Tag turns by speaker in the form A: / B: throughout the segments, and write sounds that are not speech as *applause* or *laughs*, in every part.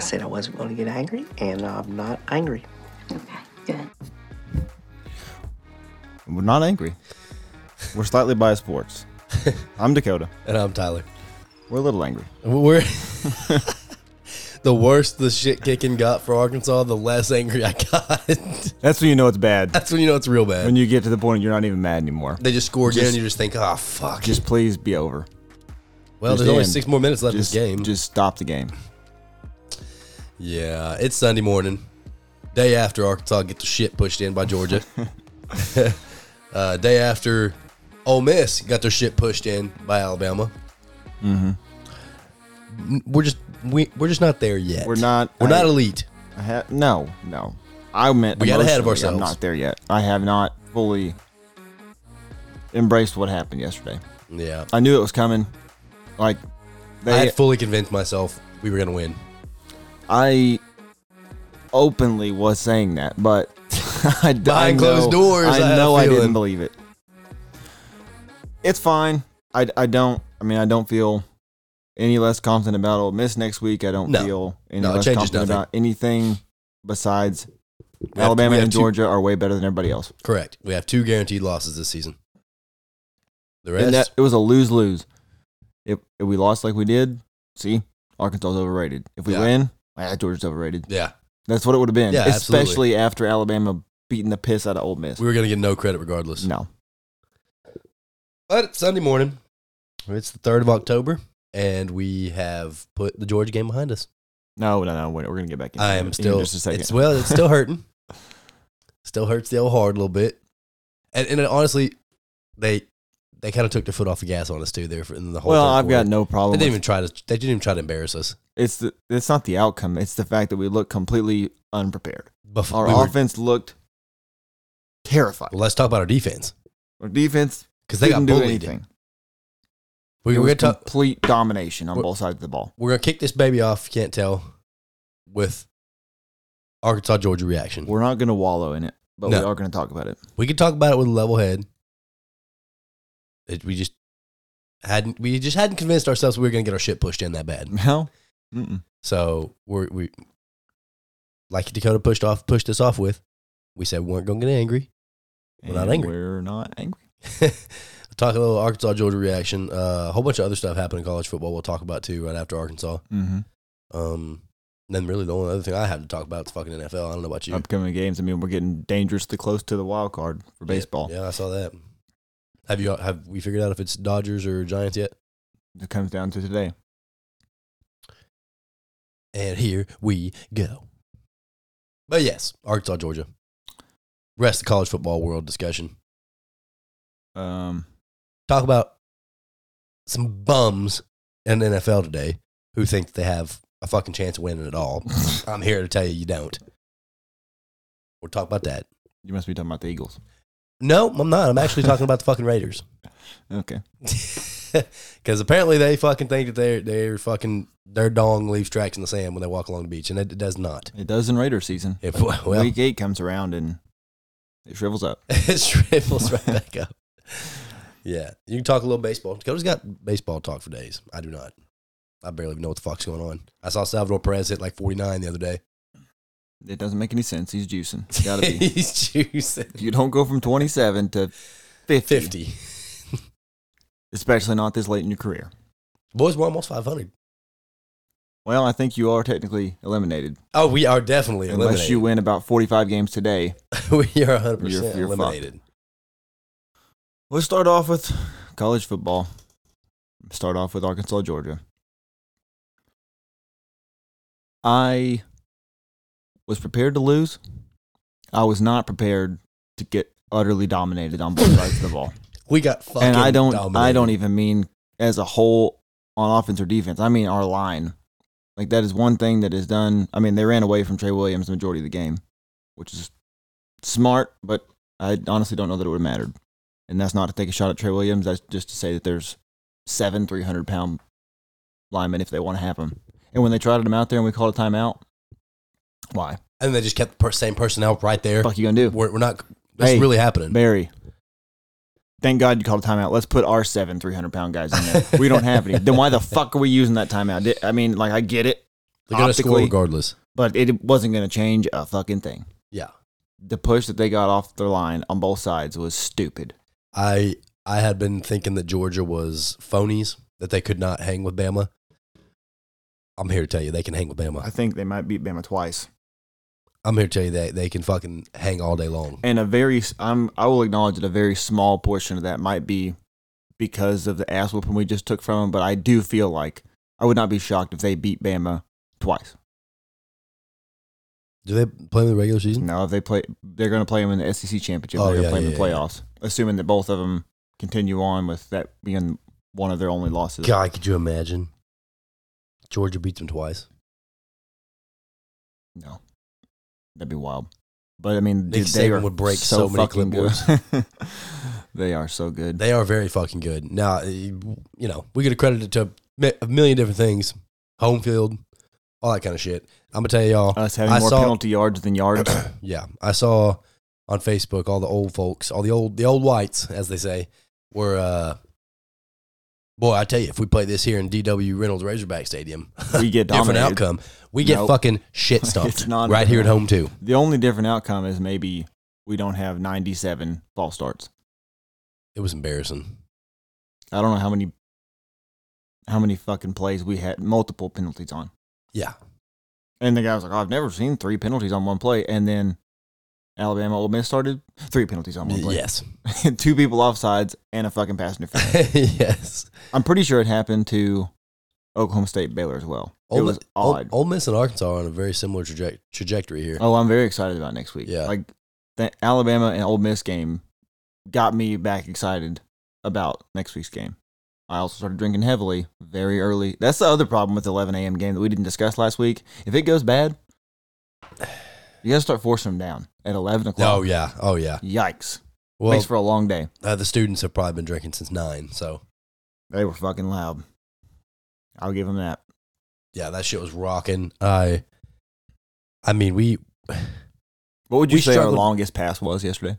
A: said I wasn't going to get angry, and I'm not angry.
B: Okay, good.
C: We're not angry. We're slightly biased *laughs* sports. I'm Dakota.
D: And I'm Tyler.
C: We're a little angry. *laughs*
D: We're the worse the shit kicking got for Arkansas, the less angry I got. *laughs*
C: That's when you know it's bad.
D: That's when you know it's real bad.
C: When you get to the point you're not even mad anymore.
D: they just score again,
C: Just-
D: and you just think, "Ah, fuck."
C: Just please be over.
D: well,
C: just
D: there's only
C: end.
D: six more minutes left
C: Just
D: in this game.
C: Just stop the game.
D: yeah, it's Sunday morning, day after Arkansas get the shit pushed in
C: *laughs*
D: by Georgia. *laughs* uh, day after Ole Miss got their shit pushed in by Alabama. Mm-hmm. We're just we we're just not there yet.
C: We're not-
D: We're not
C: I-
D: elite.
C: I ha- no, no. I meant
D: We got ahead of
C: emotionally,
D: ourselves.
C: I'm not there yet. I have not fully embraced what happened yesterday.
D: Yeah,
C: I knew it was coming. Like
D: I
C: they,
D: had fully convinced myself we were gonna win.
C: I openly was saying that, but *laughs* I, d- I
D: Behind closed
C: know-
D: doors, I had
C: I
D: a
C: know I
D: feeling.
C: didn't believe it. It's fine. I, I don't. I mean, I don't feel any less confident about Ole Miss next week. I don't
D: No.
C: feel any
D: No, it
C: less
D: changes
C: confident
D: nothing.
C: about anything besides
D: have-
C: Alabama
D: we have
C: and
D: two-
C: Georgia are way better than everybody else.
D: Correct. We have two guaranteed losses this season. The rest,
C: And that, it was a lose lose. If, if we lost like we did, see, Arkansas's overrated. If we
D: Yeah.
C: win, ah, Georgia's overrated.
D: yeah,
C: That's what it would have been.
D: Yeah,
C: especially
D: absolutely.
C: after Alabama beating the piss out of Ole Miss.
D: we were gonna get no credit regardless.
C: No.
D: But it's Sunday morning. It's the third of October, and we have put the Georgia game behind us.
C: No, no, no. Wait, we're going to get back in.
D: I am still
C: just a second.
D: It's, well, it's *laughs* still hurting. still hurts the old hard a little bit, and and honestly, they they kind of took their foot off the gas on us too. There for in the whole.
C: well,
D: third
C: I've got
D: quarter.
C: no
D: They
C: problem.
D: didn't
C: with-
D: even try to. They didn't even try to embarrass us.
C: it's the, it's not the outcome. It's the fact that we look completely unprepared.
D: Bef-
C: Our
D: we were-
C: offense looked terrified.
D: well, let's talk about our defense
C: Our defense
D: because they got
C: didn't do
D: bullied.
C: anything.
D: We,
C: it
D: we're
C: was
D: gonna talk.
C: complete domination on
D: We're-
C: both sides of the ball.
D: we're gonna kick this baby off. if you Can't tell with Arkansas Georgia reaction.
C: We're not going to wallow in it, but we
D: Mm. No.
C: are going to talk about it. *laughs*
D: we could talk about it with a level head. It, we just hadn't we just hadn't convinced ourselves we were gonna get our shit pushed in that bad.
C: No. Mm-mm.
D: So we're we like Dakota pushed off pushed us off with. We said we weren't gonna get angry. *laughs* We're not
C: And
D: angry.
C: We're not angry.
D: Talk a little Arkansas Georgia reaction. Uh, a whole bunch of other stuff happened in college football. We'll talk about too right after Arkansas.
C: Mm-hmm.
D: Um, and then really the only other thing I have to talk about is fucking NFL. I don't know about you.
C: Upcoming games. I mean, we're getting dangerously close to the wild card for
D: Yeah,
C: baseball.
D: Yeah, I saw that. Have you have we figured out if it's Dodgers or Giants yet?
C: It comes down to today.
D: And here we go. But yes, Arkansas, Georgia. Rest of college football world discussion.
C: Um,
D: Talk about some bums in the NFL today who think they have a fucking chance of winning it all. I'm here to tell you you don't. We'll talk about that.
C: you must be talking about the Eagles.
D: No, I'm not. I'm actually talking about the fucking Raiders.
C: Okay.
D: Because apparently they fucking think that they're they're fucking their dong leaves tracks in the sand when they walk along the beach, and it, it does not.
C: It does in Raider season.
D: It, well, *laughs*
C: Week eight comes around and it shrivels up.
D: it shrivels right back up. Yeah, you can talk a little baseball. Dakota's got baseball talk for days. I do not. I barely even know what the fuck's going on. I saw Salvador Perez hit like 49 the other day.
C: It doesn't make any sense. He's juicing. It's gotta be.
D: *laughs* He's juicing
C: if you don't go from 27 to 50,
D: 50.
C: especially not this late in your career.
D: Boys, we're almost 500.
C: Well, I think you are technically eliminated.
D: Oh, we are definitely
C: Unless you
D: eliminated.
C: win about 45 games today.
D: *laughs* we are
C: You're-
D: 100%
C: you're fucked.
D: eliminated.
C: Let's start off with college football. Start off with Arkansas, Georgia. I was prepared to lose. I was not prepared to get utterly dominated on both sides of the ball.
D: We got fucking
C: And I don't I
D: dominated.
C: don't even mean as a whole on offense or defense. I mean our line. Like that is one thing that is done. I mean, they ran away from Trey Williams the majority of the game, which is smart, but I honestly don't know that it would have mattered. And that's not to take a shot at Trey Williams. That's just to say that there's seven 300 pound linemen if they want to have him. And when they trotted him out there and we called a timeout, why?
D: And they just kept the per- same personnel right there.
C: fuck you going to do?
D: We're, we're not. That's
C: Hey,
D: really happening.
C: Barry, thank God you called a timeout. Let's put our seven 300 pound guys in there. We don't have any. then why the fuck are we using that timeout? Di- I mean, like, I get it.
D: They're going to score
C: Optically-
D: regardless.
C: but it wasn't going to change a fucking thing.
D: Yeah.
C: The push that they got off their line on both sides was stupid.
D: I I had been thinking that Georgia was phonies, that they could not hang with Bama. I'm here to tell you they can hang with Bama.
C: think they might beat Bama twice.
D: I'm here to tell you that they can fucking hang all day long.
C: And a very, I'm, I will acknowledge that a very small portion of that might be because of the ass whooping we just took from them. But I do feel like I would not be shocked if they beat Bama twice.
D: Do they play in the regular season?
C: Now, if they play, they're going to play them in the SEC championship.
D: Oh,
C: they're going to
D: yeah,
C: play them
D: yeah,
C: in the playoffs, assuming that both of them continue on with that being one of their only losses.
D: God, could you imagine? Georgia beat them twice.
C: No, that'd be wild. But I mean,
D: Nick
C: dude, they
D: Saban
C: are
D: would break
C: so,
D: so many
C: fucking good. *laughs* they are so good.
D: They are very fucking good. Now, eh, you know, we could accredit it to mi- a million different things home field, all that kind of shit. I'm going to tell y'all.
C: Us having
D: I
C: more
D: saw-
C: penalty yards than yards.
D: yeah, I saw on Facebook all the old folks, all the old the old whites, as they say, were. uh Boy, I tell you, if we play this here in DW Reynolds Razorback Stadium, *laughs* *coughs*
C: we get
D: different
C: dominated.
D: outcome. We get
C: Nope.
D: fucking
C: *laughs*
D: shit stumped
C: It's not
D: right here at home too.
C: The only different outcome is maybe we don't have 97 false starts.
D: It was embarrassing.
C: I don't know how many how many fucking plays we had multiple penalties on.
D: Yeah,
C: And the guy was like, oh, "I've never seen three penalties on one play." And then Alabama Ole Miss started three penalties on one play.
D: yes,
C: *laughs* Two people offsides and a fucking pass interference.
D: *laughs* yes.
C: I'm pretty sure it happened to Oklahoma State Baylor as well. it
D: Ole,
C: was
D: Mi- Ole-
C: odd.
D: Ole Miss and Arkansas are on a very similar traje- trajectory here.
C: *laughs* oh, I'm very excited about next week.
D: Yeah.
C: Like the Alabama and Ole Miss game got me back excited about next week's game. I also started drinking heavily very early. That's the other problem with the 11 a.m. game that we didn't discuss last week. If it goes bad, *sighs* you got to start forcing them down at 11
D: Oh
C: o'clock.
D: yeah, oh yeah.
C: Yikes.
D: Well,
C: Makes for a long day.
D: uh, the students have probably been drinking since nine, so
C: They were fucking loud. I'll give them that.
D: yeah, that shit was rocking. I, I mean, we
C: What would you
D: We
C: say
D: struggled-
C: our longest pass was yesterday?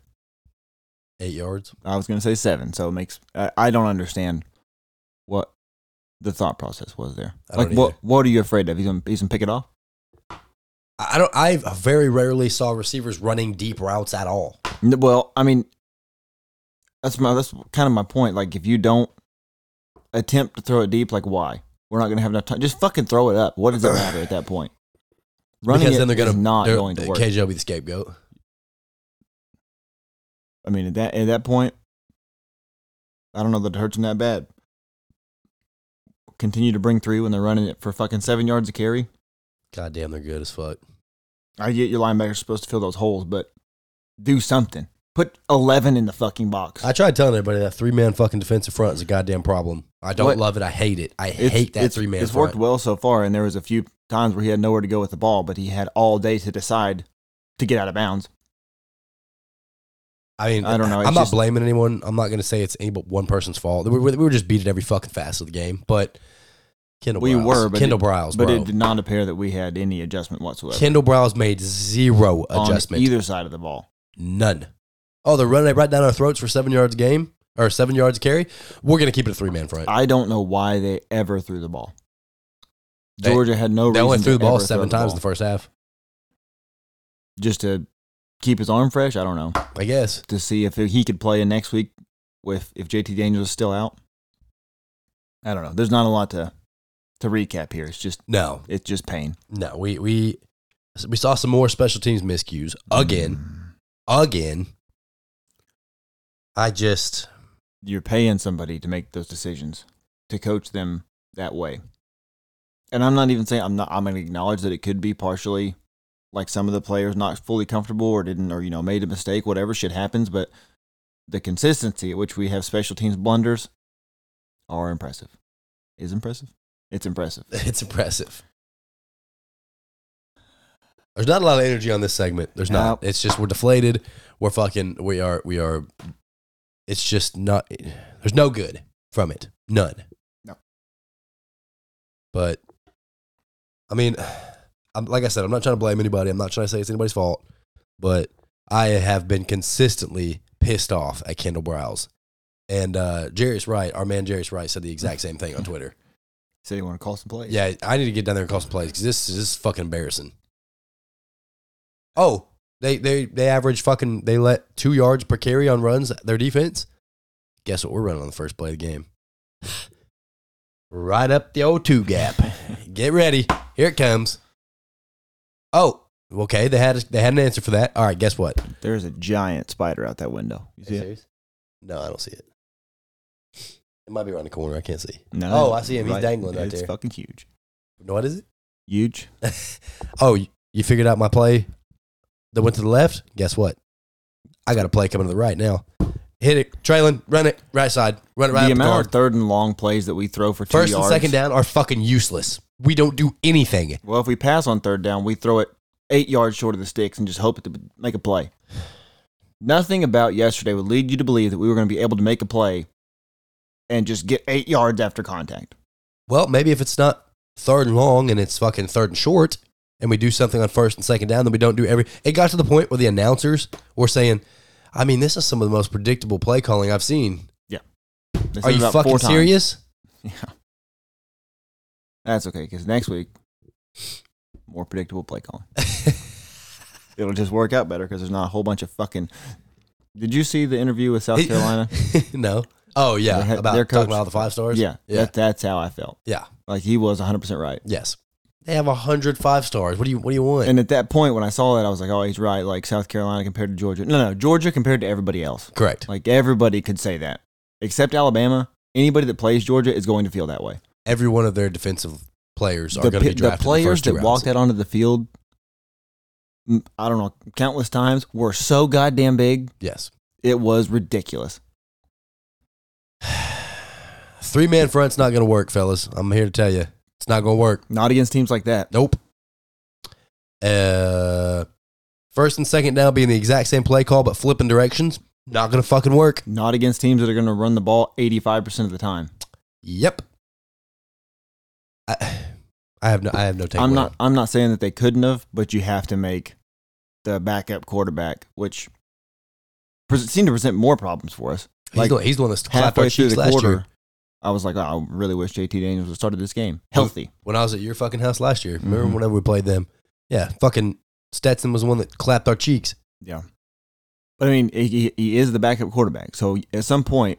D: eight yards.
C: I was going to say seven, so it makes I, I don't understand what the thought process was there.
D: I don't
C: like, what
D: either.
C: what are you afraid of? He's gonna he's gonna pick it off.
D: I I don't. I very rarely saw receivers running deep routes at all.
C: N- Well, I mean, that's my that's kind of my point. Like, if you don't attempt to throw it deep, like why? We're not gonna have enough time. Just fucking throw it up. What does it matter at that point? Running
D: because
C: it
D: then they're gonna
C: is not
D: they're-
C: going to work.
D: KJ will be the scapegoat.
C: I mean, at that at that point, I don't know that it hurts them that bad. Continue to bring three when they're running it for fucking seven yards a carry.
D: God damn, they're good as fuck.
C: I get your linebackers supposed to fill those holes, but do something. Put eleven in the fucking box.
D: I tried telling everybody that three man fucking defensive front is a goddamn problem. I don't
C: What?
D: love it. I hate it. I
C: It's-
D: hate that
C: it's-
D: three man
C: It's
D: front.
C: worked well so far, and there was a few times where he had nowhere to go with the ball, but he had all day to decide to get out of bounds.
D: I mean,
C: I don't know. It's
D: I'm not
C: just-
D: blaming anyone. I'm not going to say it's any but one person's fault. We were, we were just beat at every fucking facet of the game. But Kendall,
C: We
D: Briles,
C: were, but
D: Kendall
C: it-
D: Briles,
C: But
D: bro.
C: it did not appear that we had any adjustment whatsoever
D: Kendall Briles made zero
C: on
D: adjustment,
C: either side of the ball.
D: none. Oh, they're running it right down our throats for seven yards a game or seven yards a carry. We're going to keep it a three man front.
C: I don't know why they ever threw the ball.
D: They-
C: Georgia had no
D: they
C: reason
D: only threw the
C: to
D: ball
C: ever
D: seven
C: throw
D: times
C: ball.
D: in the first half.
C: just to keep his arm fresh. I don't know
D: I guess
C: to see if he could play in next week with if JT Daniels is still out. I don't know. There's not a lot to to recap here. It's just
D: no,
C: it's just pain
D: no. We we we saw some more special teams miscues again,
C: Mm.
D: again. I just
C: You're paying somebody to make those decisions, to coach them that way. And I'm not even saying I'm not. I'm gonna acknowledge that it could be partially like some of the players not fully comfortable or didn't or you know made a mistake. Whatever shit happens, but the consistency at which we have special teams blunders are impressive. Is impressive. It's impressive.
D: *laughs* It's impressive. There's not a lot of energy on this segment. There's not.
C: Nope.
D: It's just we're deflated. We're fucking. We are. We are. It's just not. There's no good from it. None.
C: No.
D: But, I mean, I'm like I said. I'm not trying to blame anybody. I'm not trying to say it's anybody's fault. But I have been consistently pissed off at Kendall Browse, and uh, Jerry's right. Our man Jerry's right said the exact same thing on Twitter.
C: said he wanted to call some plays.
D: Yeah, I need to get down there and call some plays because this, is- this is fucking embarrassing. Oh, they they they average fucking they let two yards per carry on runs their defense. Guess what? We're running on the first play of the game. Right up the 0-2 gap. Get ready. Here it comes. Oh, okay. They had they had an answer for that. All right. Guess what?
C: There's a giant spider out that window. You see it?
D: No, I don't see it. It might be around the corner. I can't see.
C: No.
D: Oh, I see him. He's dangling right
C: it's
D: there.
C: fucking huge.
D: No, what is it?
C: Huge.
D: Oh, you- you figured out my play that went to the left? Guess what? I got a play coming to the right now. Hit it, trailing, run it, right side, run it right
C: the
D: up the
C: amount
D: guard.
C: of third and long plays that we throw for two
D: First
C: yards.
D: and second down are fucking useless. We don't do anything.
C: Well, if we pass on third down, we throw it eight yards short of the sticks and just hope it to make a play. Nothing about yesterday would lead you to believe that we were going to be able to make a play and just get eight yards after contact.
D: Well, maybe if it's not third and long and it's fucking third and short and we do something on first and second down, then we don't do every. It got to the point where the announcers were saying, I mean, this is some of the most predictable play calling I've seen.
C: This
D: Are
C: is
D: you
C: about
D: fucking
C: four times.
D: serious? *laughs*
C: Yeah. That's okay because next week, more predictable play
D: *laughs*
C: calling. It'll just work out better because there's not a whole bunch of fucking. Did you see the interview with South Carolina?
D: no. Oh,
C: Their
D: *laughs* yeah.
C: head-
D: About
C: their
D: talking
C: coach-
D: about all the five stars?
C: yeah,
D: Yeah.
C: That, that's how I felt.
D: Yeah.
C: Like he was 100% right.
D: Yes. They have 105 stars. What do you what do you want?
C: And at that point, when I saw that, I was like, "Oh, he's right." Like South Carolina compared to Georgia. No, no, Georgia compared to everybody else.
D: Correct.
C: Like everybody could say that, except Alabama. Anybody that plays Georgia is going to feel that way.
D: Every one of their defensive players are
C: the,
D: going
C: pi-
D: to be
C: the
D: drafted. in
C: players
D: the first two
C: that
D: rounds.
C: walked out onto the field, m- I don't know, countless times were so goddamn big.
D: Yes.
C: It was ridiculous.
D: Three man front's not going to work, fellas. I'm here to tell you. It's not going to work.
C: Not against teams like that.
D: Nope. Uh, first and second down being the exact same play call, but flipping directions. Not going to fucking work.
C: Not against teams that are going to run the ball 85% of the time.
D: Yep. I, *sighs* I have no. I have no. Takeaway.
C: I'm not. I'm not saying that they couldn't have, but you have to make the backup quarterback, which pres seemed to present more problems for us.
D: He's,
C: like,
D: the, he's the one that's clapped
C: Halfway
D: our
C: through
D: cheeks
C: the
D: last
C: quarter,
D: year.
C: I was like, oh, I really wish JT Daniels would started this game healthy.
D: when I was at your fucking house last year. Remember
C: Mhm.
D: whenever we played them? Yeah, fucking Stetson was the one that clapped our cheeks.
C: Yeah, but I mean, he- he, he is the backup quarterback, so at some point,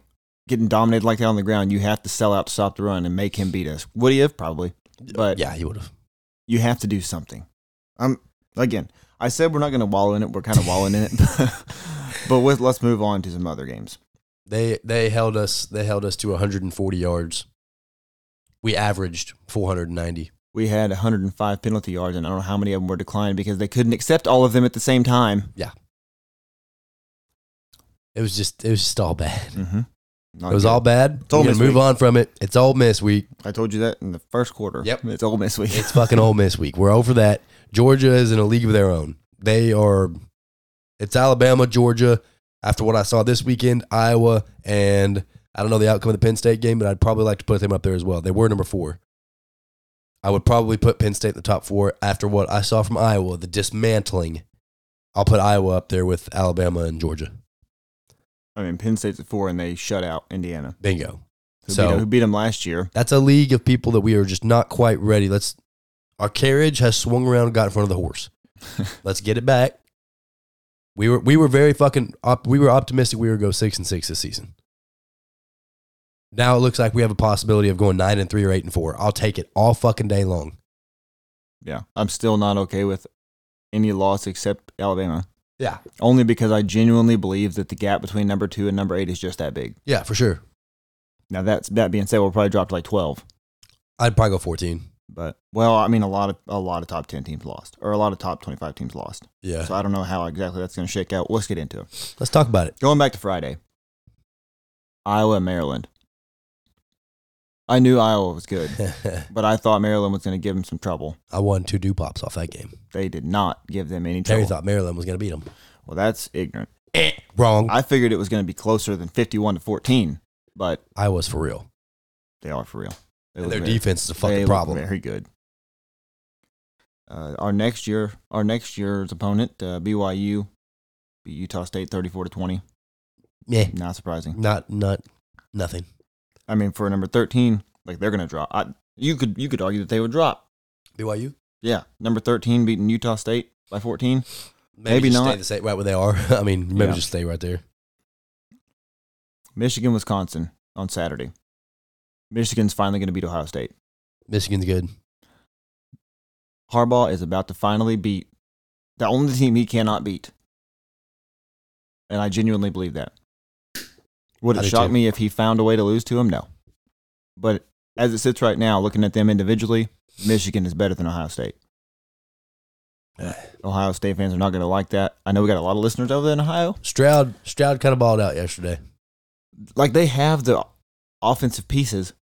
C: getting dominated like that on the ground, you have to sell out to stop the run and make him beat us. Would he have probably? But
D: yeah, he would have.
C: you have to do something. I'm again. I said we're not going to wallow in it. We're kind of wallowing in it, *laughs* but with, let's move on to some other games.
D: They they held us they held us to 140 yards. We averaged 490.
C: we had 105 penalty yards, and I don't know how many of them were declined because they couldn't accept all of them at the same time.
D: It was just it was just all bad.
C: Mm-hmm.
D: It was all bad.
C: Ole
D: We're gonna
C: Miss
D: move
C: week.
D: on from it. It's Ole Miss week.
C: I told you that in the first quarter.
D: Yep.
C: It's Ole Miss week.
D: It's fucking Ole Miss week. We're over that. Georgia is in a league of their own. They are. It's Alabama, Georgia. After what I saw this weekend, Iowa, and I don't know the outcome of the Penn State game, but I'd probably like to put them up there as well. They were number four. I would probably put Penn State in the top four after what I saw from Iowa, the dismantling. I'll put Iowa up there with Alabama and Georgia.
C: *laughs* I mean, Penn State's at four, and they shut out Indiana,
D: Bingo.
C: who,
D: So-
C: beat, who beat them last year.
D: That's a league of people that we are just not quite ready. Let's our carriage has swung around and got in front of
C: *laughs*
D: the horse. Let's get it back. We were we were very fucking op, we were optimistic we were go six and six this season. Now it looks like we have a possibility of going nine and three or eight and four. I'll take it all fucking day long.
C: Yeah. I'm still not okay with any loss except Alabama,
D: Yeah.
C: only because I genuinely believe that the gap between number two and number eight is just that big.
D: Yeah, for sure.
C: Now, that's that being said, we'll probably drop to like 12.
D: I'd probably go fourteen.
C: But well, I mean, a lot of a lot of top ten teams lost, or a lot of top twenty five teams lost.
D: Yeah.
C: So I don't know how exactly that's going to shake out. Let's get into it.
D: Let's talk about it.
C: Going back to Friday, Iowa, Maryland. I knew Iowa was good, but I thought Maryland was going to give them some trouble.
D: I won two do pops off that game.
C: They did not give them any
D: Terry
C: trouble.
D: thought Maryland was gonna beat them.
C: Well, that's ignorant.
D: Wrong.
C: I figured it was going to be closer than fifty-one to fourteen, but
D: I was for real.
C: they are for real. They
D: And
C: look
D: their
C: very-
D: defense is a
C: they
D: fucking
C: look
D: problem.
C: Very good. Uh, our next year, our next year's opponent, uh, BYU, beat Utah State thirty-four to twenty.
D: Yeah.
C: Not surprising.
D: Not not nothing.
C: I mean, for number 13, like they're going to drop. I, You could you could argue that they would drop.
D: BYU?
C: Yeah, number thirteen beating Utah State by fourteen. Maybe
D: just
C: not.
D: Stay the same, right where they are. *laughs* I mean, maybe
C: Yeah.
D: just stay right there.
C: Michigan Wisconsin on Saturday. Michigan's finally going to beat Ohio State.
D: Michigan's good.
C: Harbaugh is about to finally beat the only team he cannot beat, and I genuinely believe that. Would
D: I
C: it
D: do
C: shock
D: too.
C: me if he found a way to lose to him? No, but as it sits right now, looking at them individually, Michigan is better than Ohio State.
D: Eh.
C: Ohio State fans are not going to like that. I know we got a lot of listeners over there in Ohio.
D: Stroud Stroud kind of balled out yesterday. *laughs*
C: Like they have the offensive pieces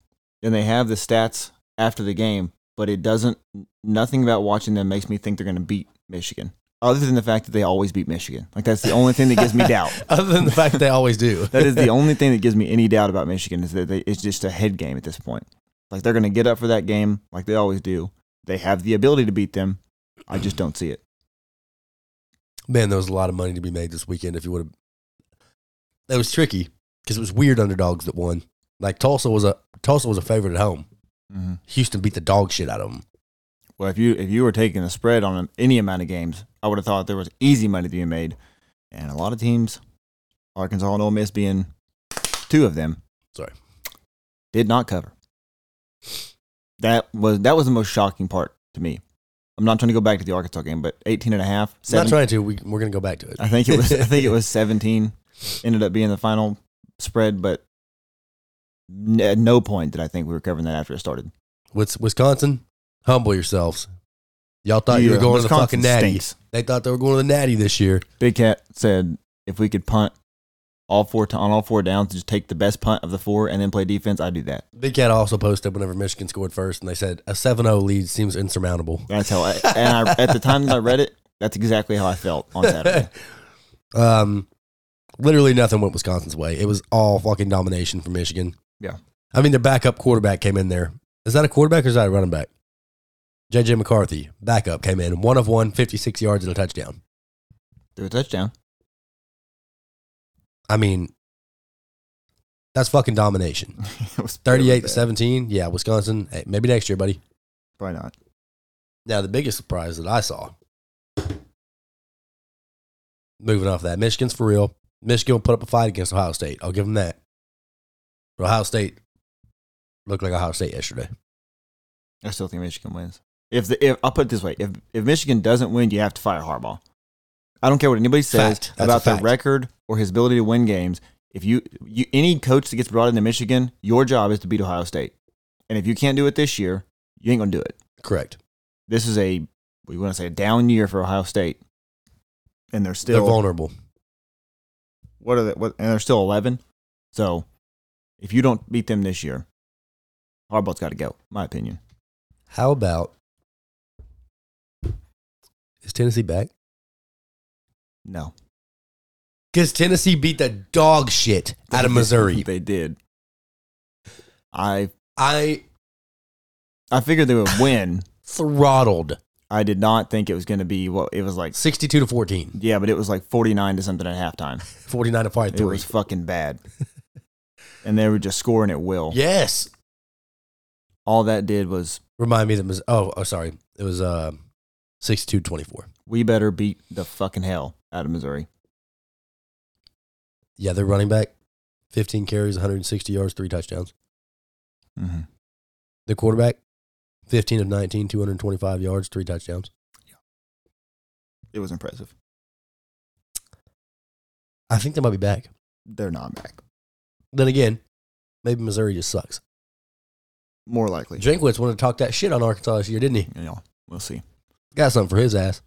C: and they have the stats after the game, but it doesn't. Nothing about watching them makes me think they're going to beat Michigan, other than the fact that they always beat Michigan. Like that's the only thing that gives me doubt.
D: Other than the fact they always do.
C: *laughs* That is the
D: *laughs*
C: only thing that gives me any doubt about Michigan is that they, it's just a head game at this point. Like they're going to get up for that game, like they always do. They have the ability to beat them. I just don't see it.
D: Man, there was a lot of money to be made this weekend if you would have. That was tricky because it was weird underdogs that won. Like Tulsa was a Tulsa was a favorite at home.
C: Mm-hmm.
D: Houston beat the dog shit out of them.
C: Well, if you if you were taking a spread on any amount of games, I would have thought there was easy money to be made, and a lot of teams, Arkansas and Ole Miss being two of them,
D: Sorry.
C: did not cover. That was that was the most shocking part to me. I'm not trying to go back to the Arkansas game, but 18 and a half,
D: I'm not
C: seven-
D: trying to. We, we're going to go back to it.
C: I think it was I
D: *laughs*
C: think it was 17 ended up being the final spread, but n- at no point did I think we were covering that after it started.
D: Wis- Wisconsin, humble yourselves. Y'all thought you
C: Yeah,
D: were going to the
C: uh, Wisconsin
D: fucking natty.
C: stinks.
D: They thought they were going to the natty this year.
C: Big Cat said if we could punt all four t- on all four downs, just take the best punt of the four and then play defense. I do that.
D: Big Cat also posted whenever Michigan scored first, and they said a 7-0 lead seems insurmountable. *laughs*
C: That's how. I, and I, at the time that I read it, that's exactly how I felt on
D: *laughs*
C: Saturday.
D: um, literally nothing went Wisconsin's way. It was all fucking domination for Michigan.
C: Yeah.
D: I mean, their backup quarterback came in there. Is that a quarterback or is that a running back? JJ McCarthy, backup, came in. One of one, 56 yards and a touchdown.
C: Threw a touchdown.
D: I mean, that's
C: *laughs*
D: fucking domination.
C: It was
D: 38
C: bad.
D: to 17. Yeah, Wisconsin. Hey, maybe next year, buddy.
C: Probably not.
D: Now, the biggest surprise that I saw, moving off that, Michigan's for real. Michigan will put up a fight against Ohio State. I'll give them that. But Ohio State looked like Ohio State yesterday.
C: I still think Michigan wins. If the if I'll put it this way, if if Michigan doesn't win, you have to fire Harbaugh. I don't care what anybody says
D: Fact. That's a
C: about their
D: fact.
C: record or his ability to win games. If you, you any coach that gets brought into Michigan, your job is to beat Ohio State. And if you can't do it this year, you ain't gonna do it.
D: Correct.
C: this is a we want to say a down year for Ohio State, and they're
D: They're
C: still
D: vulnerable.
C: what are they? What, and they're still eleven. So if you don't beat them this year, Harbaugh's got to go. My opinion.
D: How about. Is Tennessee back? *laughs*
C: No,
D: Because Tennessee beat the dog shit out of
C: *laughs*
D: Missouri.
C: they did. I
D: I
C: I figured they would win.
D: throttled
C: I did not think it was going to be what it was like.
D: 62 to 14.
C: Yeah, but it was like forty nine to something at
D: *laughs*
C: halftime.
D: 49 to 43.
C: It was fucking bad,
D: *laughs*
C: and they were just scoring at will.
D: yes.
C: All that did was
D: Remind me that was oh, oh sorry. It was uh 62-24.
C: we better beat the fucking hell out of Missouri.
D: Yeah, they're running back. 15 carries, 160 yards, three touchdowns.
C: Mm-hmm.
D: The quarterback, 15 of 19, 225 yards, three touchdowns.
C: it was impressive.
D: I think they might be back.
C: They're not back.
D: Then again, maybe Missouri just sucks.
C: More likely.
D: Drinkwitz wanted to talk that shit on Arkansas this year, didn't he?
C: You know, we'll see.
D: Got something for his ass.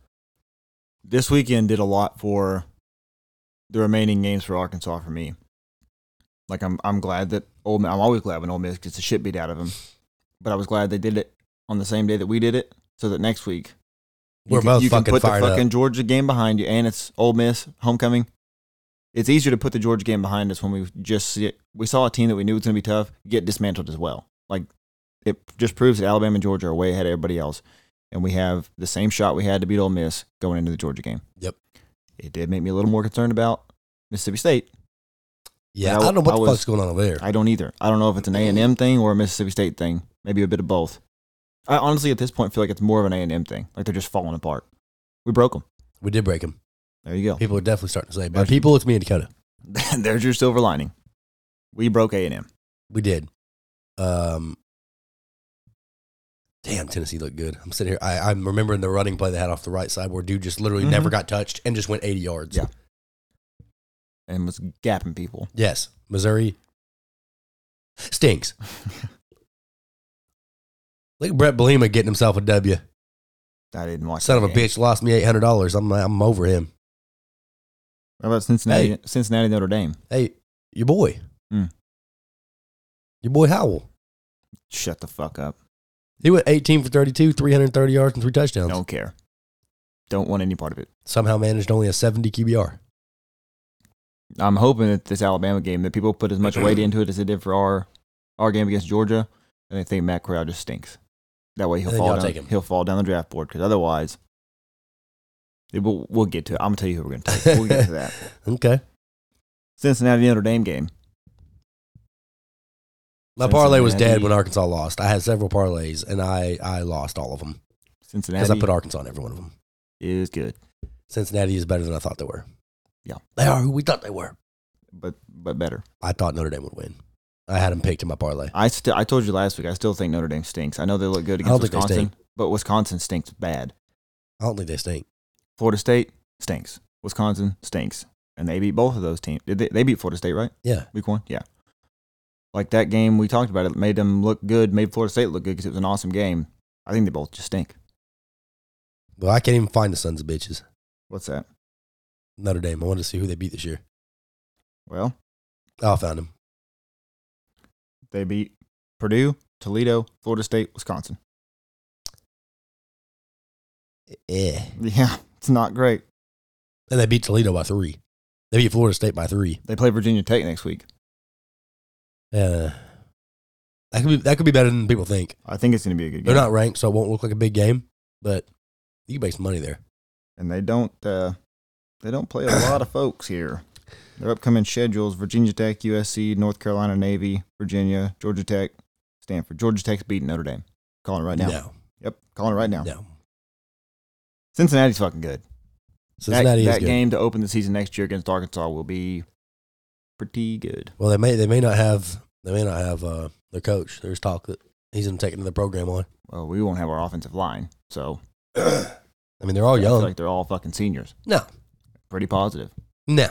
C: This weekend did a lot for the remaining games for Arkansas for me. Like I'm, I'm glad that Ole. Miss, I'm always glad when Ole Miss gets the shit beat out of them, but I was glad they did it on the same day that we did it, so that next week
D: We're
C: can-
D: both
C: you
D: fucking
C: can put the
D: fired
C: fucking
D: up.
C: Georgia game behind you, and it's Ole Miss homecoming. It's easier to put the Georgia game behind us when we just see it. we saw a team that we knew was going to be tough get dismantled as well. Like it just proves that Alabama and Georgia are way ahead of everybody else, and we have the same shot we had to beat Ole Miss going into the Georgia game.
D: Yep.
C: It did make me a little more concerned about Mississippi State.
D: Yeah,
C: I
D: I,
C: w-
D: don't know what
C: I
D: the
C: was-
D: fuck's going on over there.
C: I don't either. I don't know if it's an A and M thing or a Mississippi State thing, maybe a bit of both. I honestly, at this point, feel like it's more of an A and M thing. Like they're just falling apart. We broke them.
D: We did break him.
C: There you go.
D: People are definitely starting to say, by
C: That's-
D: people, it's me and Dakota.
C: *laughs* There's your silver lining. We broke A and M.
D: We did. Um, damn, Tennessee looked good. I'm sitting here. I, I'm remembering the running play they had off the right side where dude just literally
C: Mhm.
D: never got touched and just went 80 yards.
C: Yeah. and was gapping people.
D: Yes. Missouri
C: *laughs*
D: stinks. Look at Brett Belima getting himself a W.
C: I didn't watch.
D: Son
C: that
D: of a
C: game.
D: bitch lost me $800. I'm, I'm over him.
C: How about Cincinnati? Cincinnati Notre Dame.
D: Hey, your boy.
C: Hmm.
D: Your boy Howell.
C: Shut the fuck up.
D: He went 18 for 32, 330 yards and three touchdowns.
C: Don't care. Don't want any part of it.
D: Somehow managed only a 70 QBR.
C: I'm hoping that this Alabama game that people put as much weight into it as they did for our our game against Georgia, and they think Matt Corral just stinks. That way he'll
D: And then
C: fall
D: y'all
C: down,
D: take him.
C: he'll fall down the draft board because otherwise, it- we'll, we'll get to it. I'm gonna tell you who we're gonna take. We'll get to
D: *laughs*
C: that
D: Okay.
C: Cincinnati Notre Dame game.
D: My parlay was dead
C: Cincinnati.
D: when Arkansas lost. I had several parlays and I, I lost all of them because
C: Cincinnati
D: I put Arkansas in every one of them.
C: is good,
D: Cincinnati is better than I thought they were.
C: Yeah.
D: They are who we thought they were.
C: but but better.
D: I thought Notre Dame would win. I had them picked in my parlay.
C: I still I told you last week. I still think Notre Dame stinks. I know they look good
D: I don't
C: against
D: think they
C: Wisconsin, but Wisconsin stinks bad.
D: I don't think they stink.
C: Florida State stinks. Wisconsin stinks. And they beat both of those teams. Did they, they beat Florida State, right?
D: Yeah.
C: Week one? Yeah. Like that game we talked about, it made them look good, made Florida State look good because it was an awesome game. I think they both just stink.
D: Well, I can't even find the sons of bitches.
C: What's that?
D: Notre Dame. I wanted to see who they beat this year.
C: Well,
D: Oh, I found them.
C: they beat Purdue, Toledo, Florida State, Wisconsin. *laughs* Eh.
D: Yeah.
C: Yeah, it's not great.
D: And they beat Toledo by three. They beat Florida State by three.
C: They play Virginia Tech next week.
D: Uh, that could be that could be better than people think.
C: I think it's going to be a good game.
D: They're not ranked, so it won't look like a big game, but you can make some money there.
C: and they don't uh, they don't play a lot of folks here. Their upcoming schedules: Virginia Tech, USC, North Carolina, Navy, Virginia, Georgia Tech, Stanford. Georgia Tech's beating Notre Dame. Calling it right now.
D: No.
C: Yep, calling it right now.
D: No.
C: Cincinnati's fucking good.
D: Cincinnati
C: that
D: is
C: that
D: good.
C: game to open the season next year against Arkansas will be pretty good.
D: Well, they may they may not have they may not have uh, their coach. There's talk that he's going to take another program on.
C: Well, we won't have our offensive line, so
D: I mean, they're all
C: I feel
D: young.
C: like they're all fucking seniors.
D: Oh, No,
C: Pretty positive.
D: no.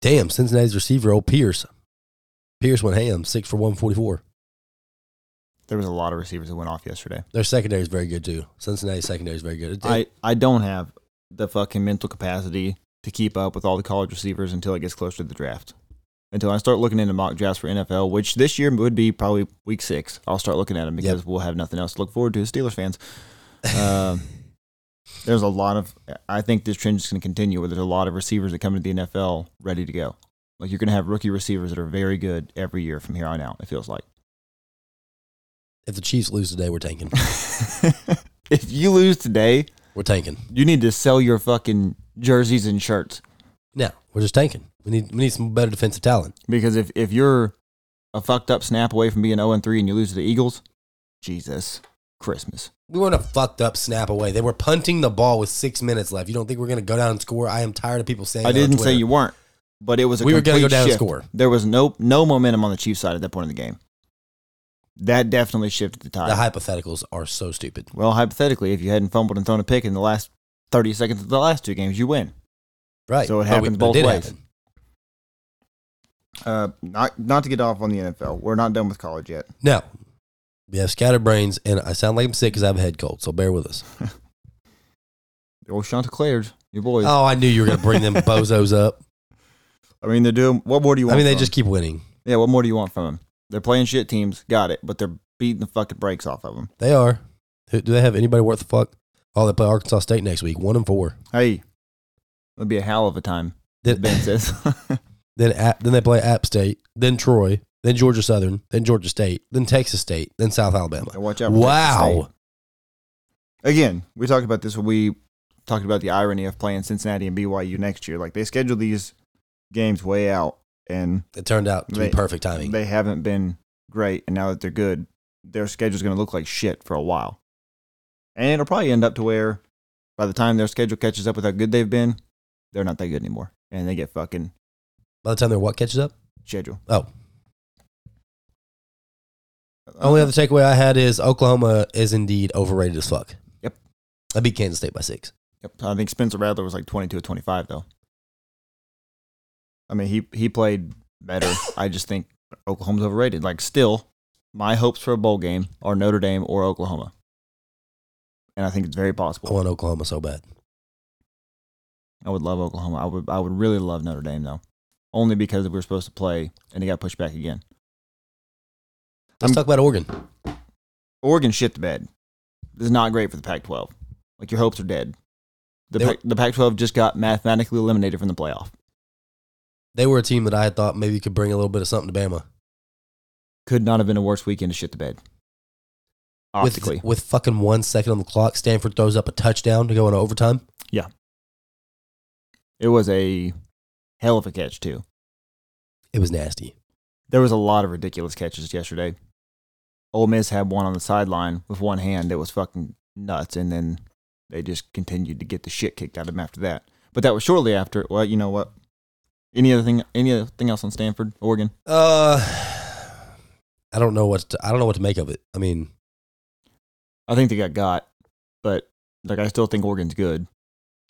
D: Damn, Cincinnati's receiver, old Pierce. Pierce went ham, six for one forty four.
C: There was a lot of receivers that went off yesterday.
D: Their secondary is very good too. Cincinnati's secondary is very good. It- it-
C: I, I don't have the fucking mental capacity to keep up with all the college receivers until it gets closer to the draft. Until I start looking into mock drafts for NFL, which this year would be probably week six. I'll start looking at them because we'll have nothing else to look forward to as Steelers fans. Um, there's a lot of, I think this trend is going to continue where there's a lot of receivers that come into the NFL ready to go. Like you're going to have rookie receivers that are very good every year from here on out, it feels like. *laughs*
D: if the Chiefs lose today, we're tanking.
C: if you lose today,
D: We're tanking.
C: you need to sell your fucking jerseys and shirts
D: No, we're just tanking. We need we need some better defensive talent.
C: because if, if you're a fucked up snap away from being 0 and 3 and you lose to the Eagles, Jesus, Christmas.
D: We weren't a fucked up snap away. They were punting the ball with six minutes left. You don't think we're going to go down and score? I am tired of people saying.
C: I
D: that on
C: didn't say
D: Twitter.
C: you weren't, but it was a
D: We were
C: complete
D: gonna go down and
C: shift.
D: score.
C: There was no no momentum on the Chiefs side at that point in the game. That definitely shifted the tide.
D: The hypotheticals are so stupid.
C: well, hypothetically, if you hadn't fumbled and thrown a pick in the last 30 seconds of the last two games, you win.
D: Right.
C: So it
D: But
C: happens
D: we-
C: both
D: did
C: ways. Uh, not not to get off on the NFL. We're not done with college yet.
D: No. We have scattered brains, and I sound like I'm sick because I have a head cold, so bear with us.
C: Well, Chanticleers, your boys.
D: Oh, I knew you were going to
C: *laughs*
D: bring them bozos up.
C: I mean, they're doing. What more do you want?
D: I mean, they
C: from 'em?
D: just keep winning.
C: Yeah, what more do you want from them? They're playing shit teams, got it, but they're beating the fucking brakes off of them.
D: They are. Who- Do they have anybody worth the fuck? Oh, they play Arkansas State next week, one and four.
C: Hey, it'll be a hell of a time,
D: Then, *laughs*
C: Ben says. *laughs*
D: then, App, then they play App State, then Troy, then Georgia Southern, then Georgia State, then Texas State, then South Alabama.
C: And watch out! for Texas
D: Wow.
C: State. Again, we talked about this when we talked about the irony of playing Cincinnati and BYU next year. Like they schedule these games way out and
D: It turned out to
C: They-
D: be perfect timing.
C: they haven't been great. And now that they're good, their schedule's going to look like shit for a while. And it'll probably end up to where by the time their schedule catches up with how good they've been, they're not that good anymore. And they get fucking
D: By the time their what catches up?
C: schedule.
D: Oh. Only other takeaway I had is Oklahoma is indeed overrated as fuck.
C: Yep.
D: I beat Kansas State by six.
C: Yep. I think Spencer Rattler was like 22 or 25, though. I mean, he, he played better. I just think Oklahoma's overrated. Like, still, my hopes for a bowl game are Notre Dame or Oklahoma. And I think it's very
D: I
C: possible.
D: want Oklahoma so bad.
C: I would love Oklahoma. I would, I would really love Notre Dame, though, only because we were supposed to play and it got pushed back again.
D: Let's
C: I'm-
D: talk about Oregon.
C: Oregon shit the bed. This is not great for the Pac 12. Like, your hopes are dead. The,
D: They
C: Pac- the Pac 12 just got mathematically eliminated from the playoff.
D: They were a team that I had thought maybe could bring a little bit of something to Bama.
C: could not have been a worse weekend to shit the bed. Optically,
D: With, with fucking one second on the clock, Stanford throws up a touchdown to go into overtime.
C: it was a hell of a catch too.
D: It was nasty.
C: There was a lot of ridiculous catches yesterday. Ole Miss had one on the sideline with one hand that was fucking nuts, and then they just continued to get the shit kicked out of them after that. But that was shortly after. Well, you know what? Any other thing? Any other thing else on Stanford, Oregon?
D: Uh, I don't know what to, I don't know what to make of it. I mean,
C: I think they got got, but like I still think Oregon's good,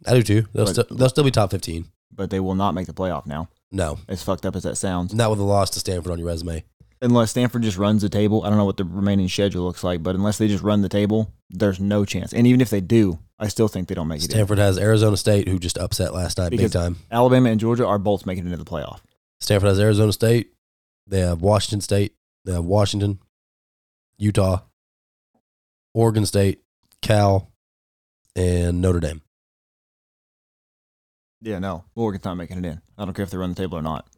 D: I do too. They'll,
C: But-
D: still, they'll still be top fifteen.
C: but they will not make the playoff now.
D: No,
C: As fucked up as that sounds.
D: not with a loss to Stanford on your resume.
C: unless Stanford just runs the table. I don't know what the remaining schedule looks like, but unless they just run the table, there's no chance. And even if they do, I still think they don't make it. in.
D: Stanford has Arizona State, who just upset last night
C: Because-
D: big time.
C: Alabama and Georgia are both making it into the playoff.
D: Stanford has Arizona State. They have Washington State. They have Washington, Utah, Oregon State, Cal, and Notre Dame.
C: Yeah, no, Oregon's not making it in. I don't care if they run the table or not.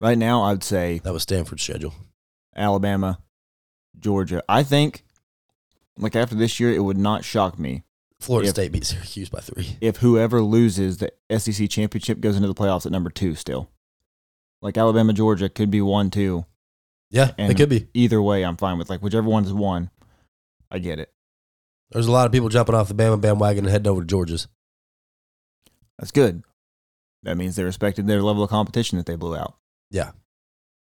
C: Right now, I'd say
D: That was Stanford's schedule.
C: Alabama, Georgia. I think, like after this year, it would not shock me
D: Florida
C: Yep.
D: State beat Syracuse by three.
C: if whoever loses the SEC championship goes into the playoffs at number two. Still, like Alabama, Georgia could be one, two.
D: Yeah,
C: And-
D: it could be.
C: either way, I'm fine with. Like whichever one is one, I get it.
D: There's a lot of people jumping off the Bama bandwagon and heading over to Georgia's.
C: That's good. That means they respected their level of competition that they blew out.
D: Yeah.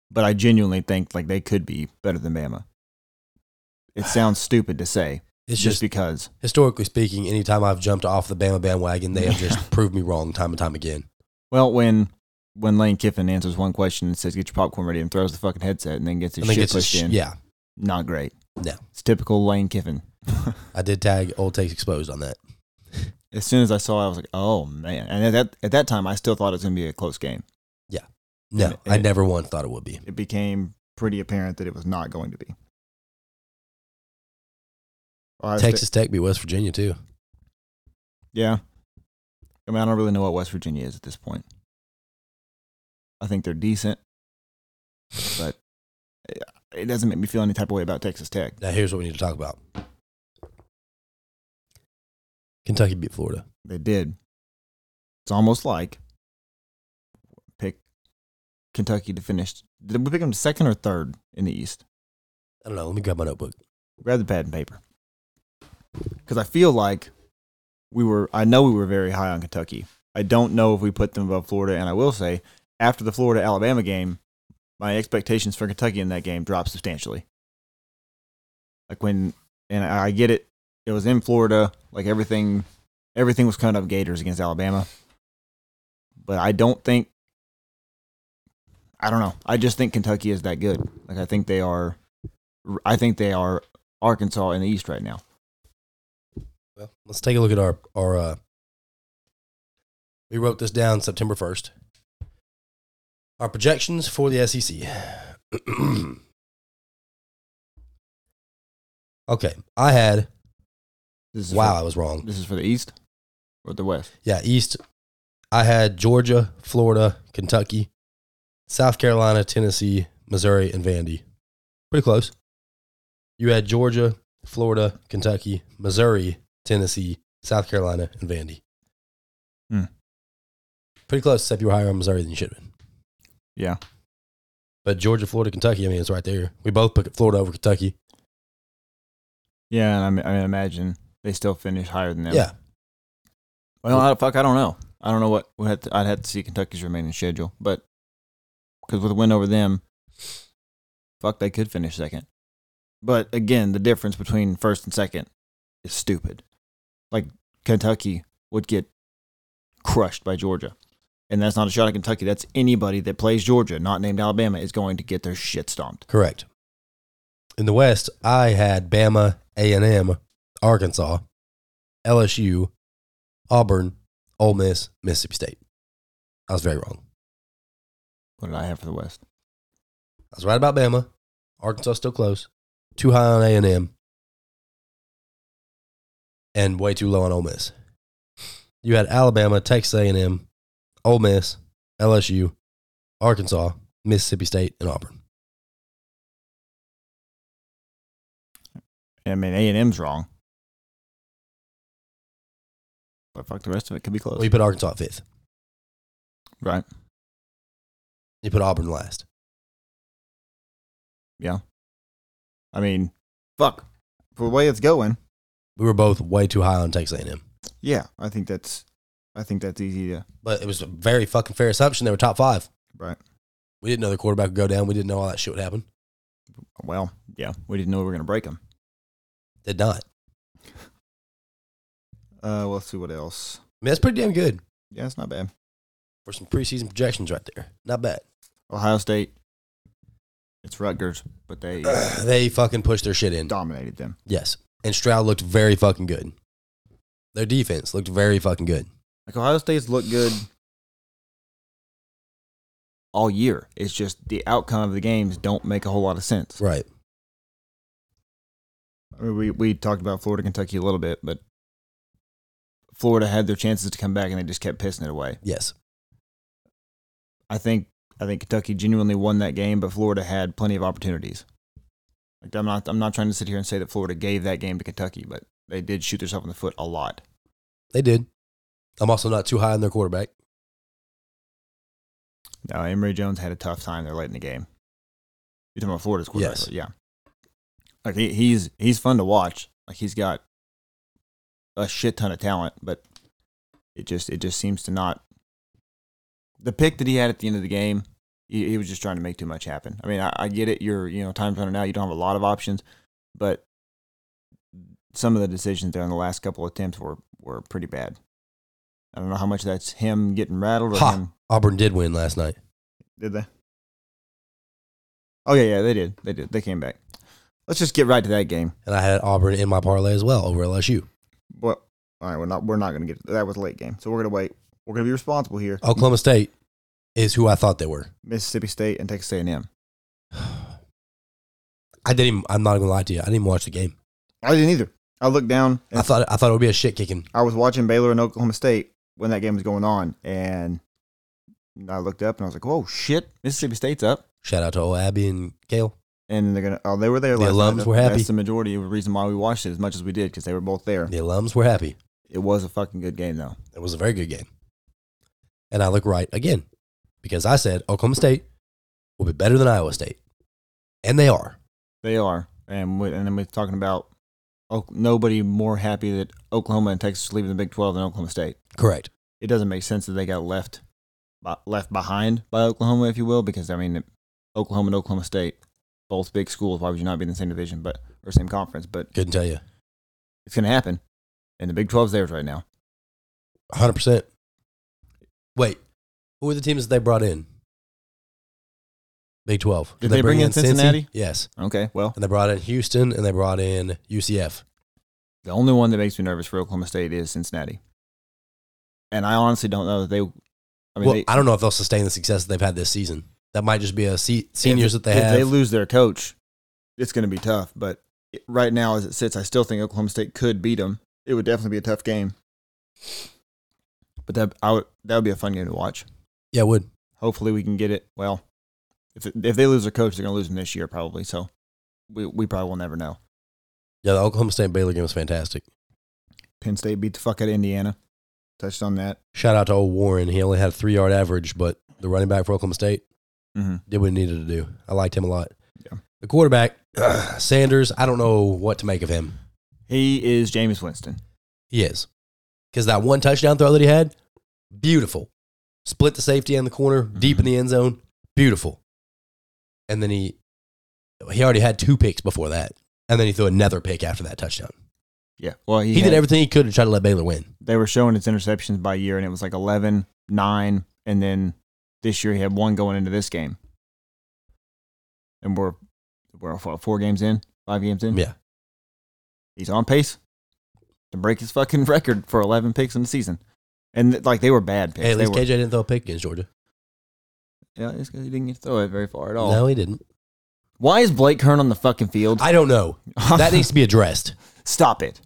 C: But I genuinely think like they could be better than Bama. It
D: *sighs*
C: sounds stupid to say
D: It's
C: just
D: just,
C: because.
D: historically speaking, anytime I've jumped off the Bama bandwagon, they have
C: *laughs*
D: just proved me wrong time and time again.
C: Well, when when Lane Kiffin answers one question and says get your popcorn ready and throws the fucking headset and then gets his
D: And then
C: shit
D: gets his
C: pushed
D: sh-
C: in,
D: Yeah,
C: not great.
D: No.
C: It's typical Lane Kiffin.
D: I did tag Old Takes Exposed on that.
C: as soon as I saw, it, I was like, "Oh man!" And at that at that time, I still thought it was going to be a close game.
D: No,
C: And it-
D: I never once thought it would be.
C: it became pretty apparent that it was not going to be. Ohio State-
D: Texas Tech beat West Virginia too.
C: yeah. I mean, I don't really know what West Virginia is at this point. I think they're decent, but it doesn't make me feel any type of way about Texas Tech.
D: Now here's what we need to talk about. Kentucky beat Florida.
C: They did. It's almost like pick Kentucky to finish. Did we pick them second or third in the East?
D: I don't know. Let me grab my notebook.
C: grab the pad and paper because I feel like we were. I know we were very high on Kentucky. I don't know if we put them above Florida, and I will say after the Florida Alabama game, my expectations for Kentucky in that game dropped substantially. Like when, and I I get it. It was in Florida. Like everything, everything was coming up Gators against Alabama. But I don't think. I don't know. I just think Kentucky is that good. Like I think they are. I think they are Arkansas in the East right now.
D: Well, let's take a look at our our. Uh, we wrote this down September first. Our projections for the E SEC. *clears throat* okay, I had
C: This is
D: wow,
C: for-
D: I was wrong.
C: this is for the East or the West.
D: Yeah, East. I had Georgia, Florida, Kentucky, South Carolina, Tennessee, Missouri, and Vandy. Pretty close. You had Georgia, Florida, Kentucky, Missouri, Tennessee, South Carolina, and Vandy.
C: Hmm.
D: Pretty close, except you were higher on Missouri than you should have been.
C: Yeah.
D: But Georgia, Florida, Kentucky, I mean, it's right there. We both picked Florida over Kentucky.
C: Yeah, and I mean, I mean, imagine they still finish higher than them.
D: Yeah.
C: Well, I, fuck, I don't know. I don't know what would have to, I'd have to see Kentucky's remaining schedule, but because with a win over them, fuck, they could finish second. But again, the difference between first and second is stupid. Like Kentucky would get crushed by Georgia, and that's not a shot at Kentucky. That's anybody that plays Georgia, not named Alabama, is going to get their shit stomped.
D: Correct. In the West, I had Bama, A and M, Arkansas, LSU, Auburn, Ole Miss, Mississippi State. I was very wrong.
C: What did I have for the West?
D: I was right about Bama. Arkansas still close. Too high on A and M, and way too low on Ole Miss. You had Alabama, Texas A and M, Ole Miss, LSU, Arkansas, Mississippi State, and Auburn.
C: I mean, A and M's wrong, but fuck, the rest of it could be close,
D: Well, you put Arkansas at fifth.
C: right?
D: You put Auburn last.
C: I mean, fuck. For the way it's going,
D: We were both way too high on Texas A and M.
C: yeah, I think that's, I think that's easy to
D: But it was a very fucking fair assumption. They were top five.
C: right.
D: We didn't know the quarterback would go down. We didn't know all that shit would happen.
C: Well, yeah, we didn't know we were gonna break them.
D: Did not.
C: Uh,
D: I
C: well, let's see what else.
D: mean, that's pretty damn good
C: Yeah, it's not bad.
D: for some preseason projections right there. Not bad.
C: Ohio State, it's Rutgers, but
D: *coughs*
C: they
D: they fucking pushed their shit in.
C: dominated them.
D: Yes. And Stroud looked very fucking good. Their defense looked very fucking good.
C: Like Ohio State's looked good all year. It's just the outcome of the games don't make a whole lot of sense.
D: Right.
C: I mean, we we talked about Florida, Kentucky a little bit, but Florida had their chances to come back and they just kept pissing it away.
D: Yes.
C: I think I think Kentucky genuinely won that game, but Florida had plenty of opportunities. Like I'm not I'm not trying to sit here and say that Florida gave that game to Kentucky, but they did shoot themselves in the foot a lot.
D: They did. I'm also not too high on their quarterback.
C: Now Uh, Emory Jones had a tough time there late in the game. You're talking about Florida's quarterback,
D: Yes.
C: right? yeah. Like he, he's he's fun to watch. Like he's got a shit ton of talent, but it just it just seems to not. The pick that he had at the end of the game, he, he was just trying to make too much happen. I mean, I, I get it. You're you know time's running out. You don't have a lot of options, but some of the decisions there in the last couple attempts were were pretty bad. I don't know how much that's him getting rattled or
D: Ha.
C: him
D: Auburn did win last night.
C: did they? Oh yeah, yeah, they did. They did. They came back. Let's just get right to that game.
D: And I had Auburn in my parlay as well over LSU.
C: But all right, we're not we're not gonna get that was a late game, so we're gonna wait. We're gonna be responsible here.
D: Oklahoma State is who I thought they were.
C: Mississippi State and Texas A and M.
D: I didn't even, I'm not gonna lie to you. I didn't even watch the game.
C: I didn't either. I looked down. And
D: I thought I thought it would be a shit kicking.
C: I was watching Baylor and Oklahoma State when that game was going on, and I looked up and I was like, "Whoa, shit! Mississippi State's up."
D: Shout out to old Abby and Kale.
C: And they're gonna. Oh, they were there.
D: The
C: last night.
D: alums were happy.
C: That's the majority of the reason why we watched it as much as we did because they were both there.
D: The alums were happy.
C: It was a fucking good game though.
D: It was a very good game. And I look right again because I said Oklahoma State will be better than Iowa State. And they are.
C: They are, and we, and then we're talking about oh, nobody more happy that Oklahoma and Texas are leaving the Big Twelve than Oklahoma State.
D: Correct.
C: It doesn't make sense that they got left by, left behind by Oklahoma, if you will, because I mean Oklahoma and Oklahoma State, both big schools. Why would you not be in the same division, but or same conference? But
D: Couldn't tell you.
C: it's going to happen, and the Big 12's theirs right now.
D: 100%. Wait, who are the teams that they brought in? Big 12.
C: Did they bring in
D: Cincy?
C: Cincinnati?
D: Yes.
C: Okay, well,
D: And they brought in Houston and they brought in UCF.
C: the only one that makes me nervous for Oklahoma State is Cincinnati, and I honestly don't know that they. I mean,
D: well,
C: they,
D: I don't know if they'll sustain the success that they've had this season. That might just be a se- seniors
C: if,
D: that they
C: if
D: have.
C: they lose their coach, it's going to be tough. But it- right now, as it sits, I still think Oklahoma State could beat them. It would definitely be a tough game. But that I would, that would be a fun game to watch.
D: yeah, it would.
C: Hopefully, we can get it. Well, if it, if they lose their coach, they're going to lose him this year probably. So we we probably will never know.
D: Yeah, the Oklahoma State Baylor game was fantastic.
C: Penn State beat the fuck out of Indiana. Touched on that.
D: Shout out to old Warren. He only had a three yard average, but the running back for Oklahoma State
C: Mhm.
D: Did what he needed to do. I liked him a lot.
C: Yeah.
D: The quarterback, *clears throat* Sanders, I don't know what to make of him.
C: He is Jameis Winston.
D: He is. Because that one touchdown throw that he had, beautiful. Split the safety and the corner, deep in the end zone, beautiful. And then he he already had two picks before that. And then he threw another pick after that touchdown.
C: Yeah. Well, he,
D: He did
C: had-
D: everything he could to try to let Baylor win.
C: They were showing his interceptions by year, and it was like 11, 9, and then this year he had one going into this game. And we're we're what, four games in, five games in.
D: Yeah.
C: He's on pace to break his fucking *laughs* record for 11 picks in the season. And like they were bad picks.
D: Hey, at
C: They
D: least
C: were-
D: KJ didn't throw a pick against Georgia.
C: Yeah, it's 'cause he didn't get to throw it very far at all.
D: No, he didn't.
C: Why is Blake Kern on the fucking field?
D: I
C: *laughs*
D: don't know. That needs to be addressed.
C: Stop it.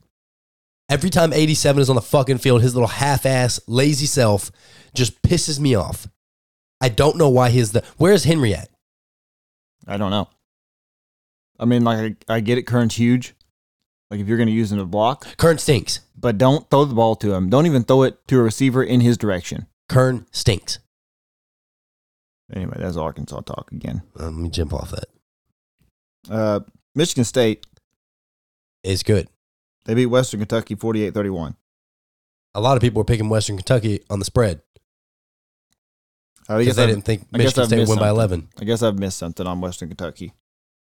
D: Every time 87 is on the fucking field, his little half ass, lazy self just pisses me off. I don't know why he's the. Where's Henry at?
C: I don't know. I mean, like I, I get it. Kern's huge. Like if you're going to use him to block,
D: Kern stinks.
C: but don't throw the ball to him. Don't even throw it to a receiver in his direction.
D: Kern stinks.
C: Anyway, that's Arkansas talk again.
D: Uh, Let me jump off that.
C: Uh, Michigan State,
D: It's good.
C: they beat Western Kentucky 48 31.
D: A lot of people were picking Western Kentucky on the spread because they didn't think
C: Uh, I guess
D: Michigan
C: I've
D: State would
C: missed
D: win by
C: something.
D: 11.
C: I guess I've missed something on Western Kentucky.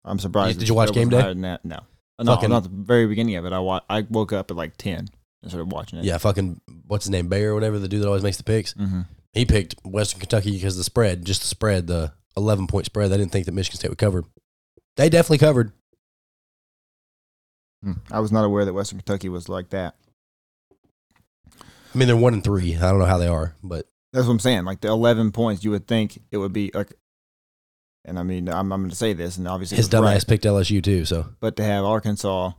C: I'm surprised.
D: Did- did you watch
C: it
D: Game
C: wasn't
D: Day?
C: higher than that. No. No,
D: Fucking-
C: not the very beginning of it. I, wa- I woke up at like 10 and started watching it.
D: Yeah, fucking, what's his name? Bayer or whatever, the dude that always makes the picks.
C: Mm-hmm.
D: He picked Western Kentucky because of the spread, just the spread, the 11 point spread. They didn't think that Michigan State would cover. They definitely covered.
C: Mm-hmm. I was not aware that Western Kentucky was like that.
D: I mean, they're one and three. I don't know how they are, but
C: That's what I'm saying. Like the 11 points, you would think it would be like, and I mean, I'm, I'm going to say this, and obviously
D: his
C: it was right,
D: dumbass picked LSU too. So
C: but to have Arkansas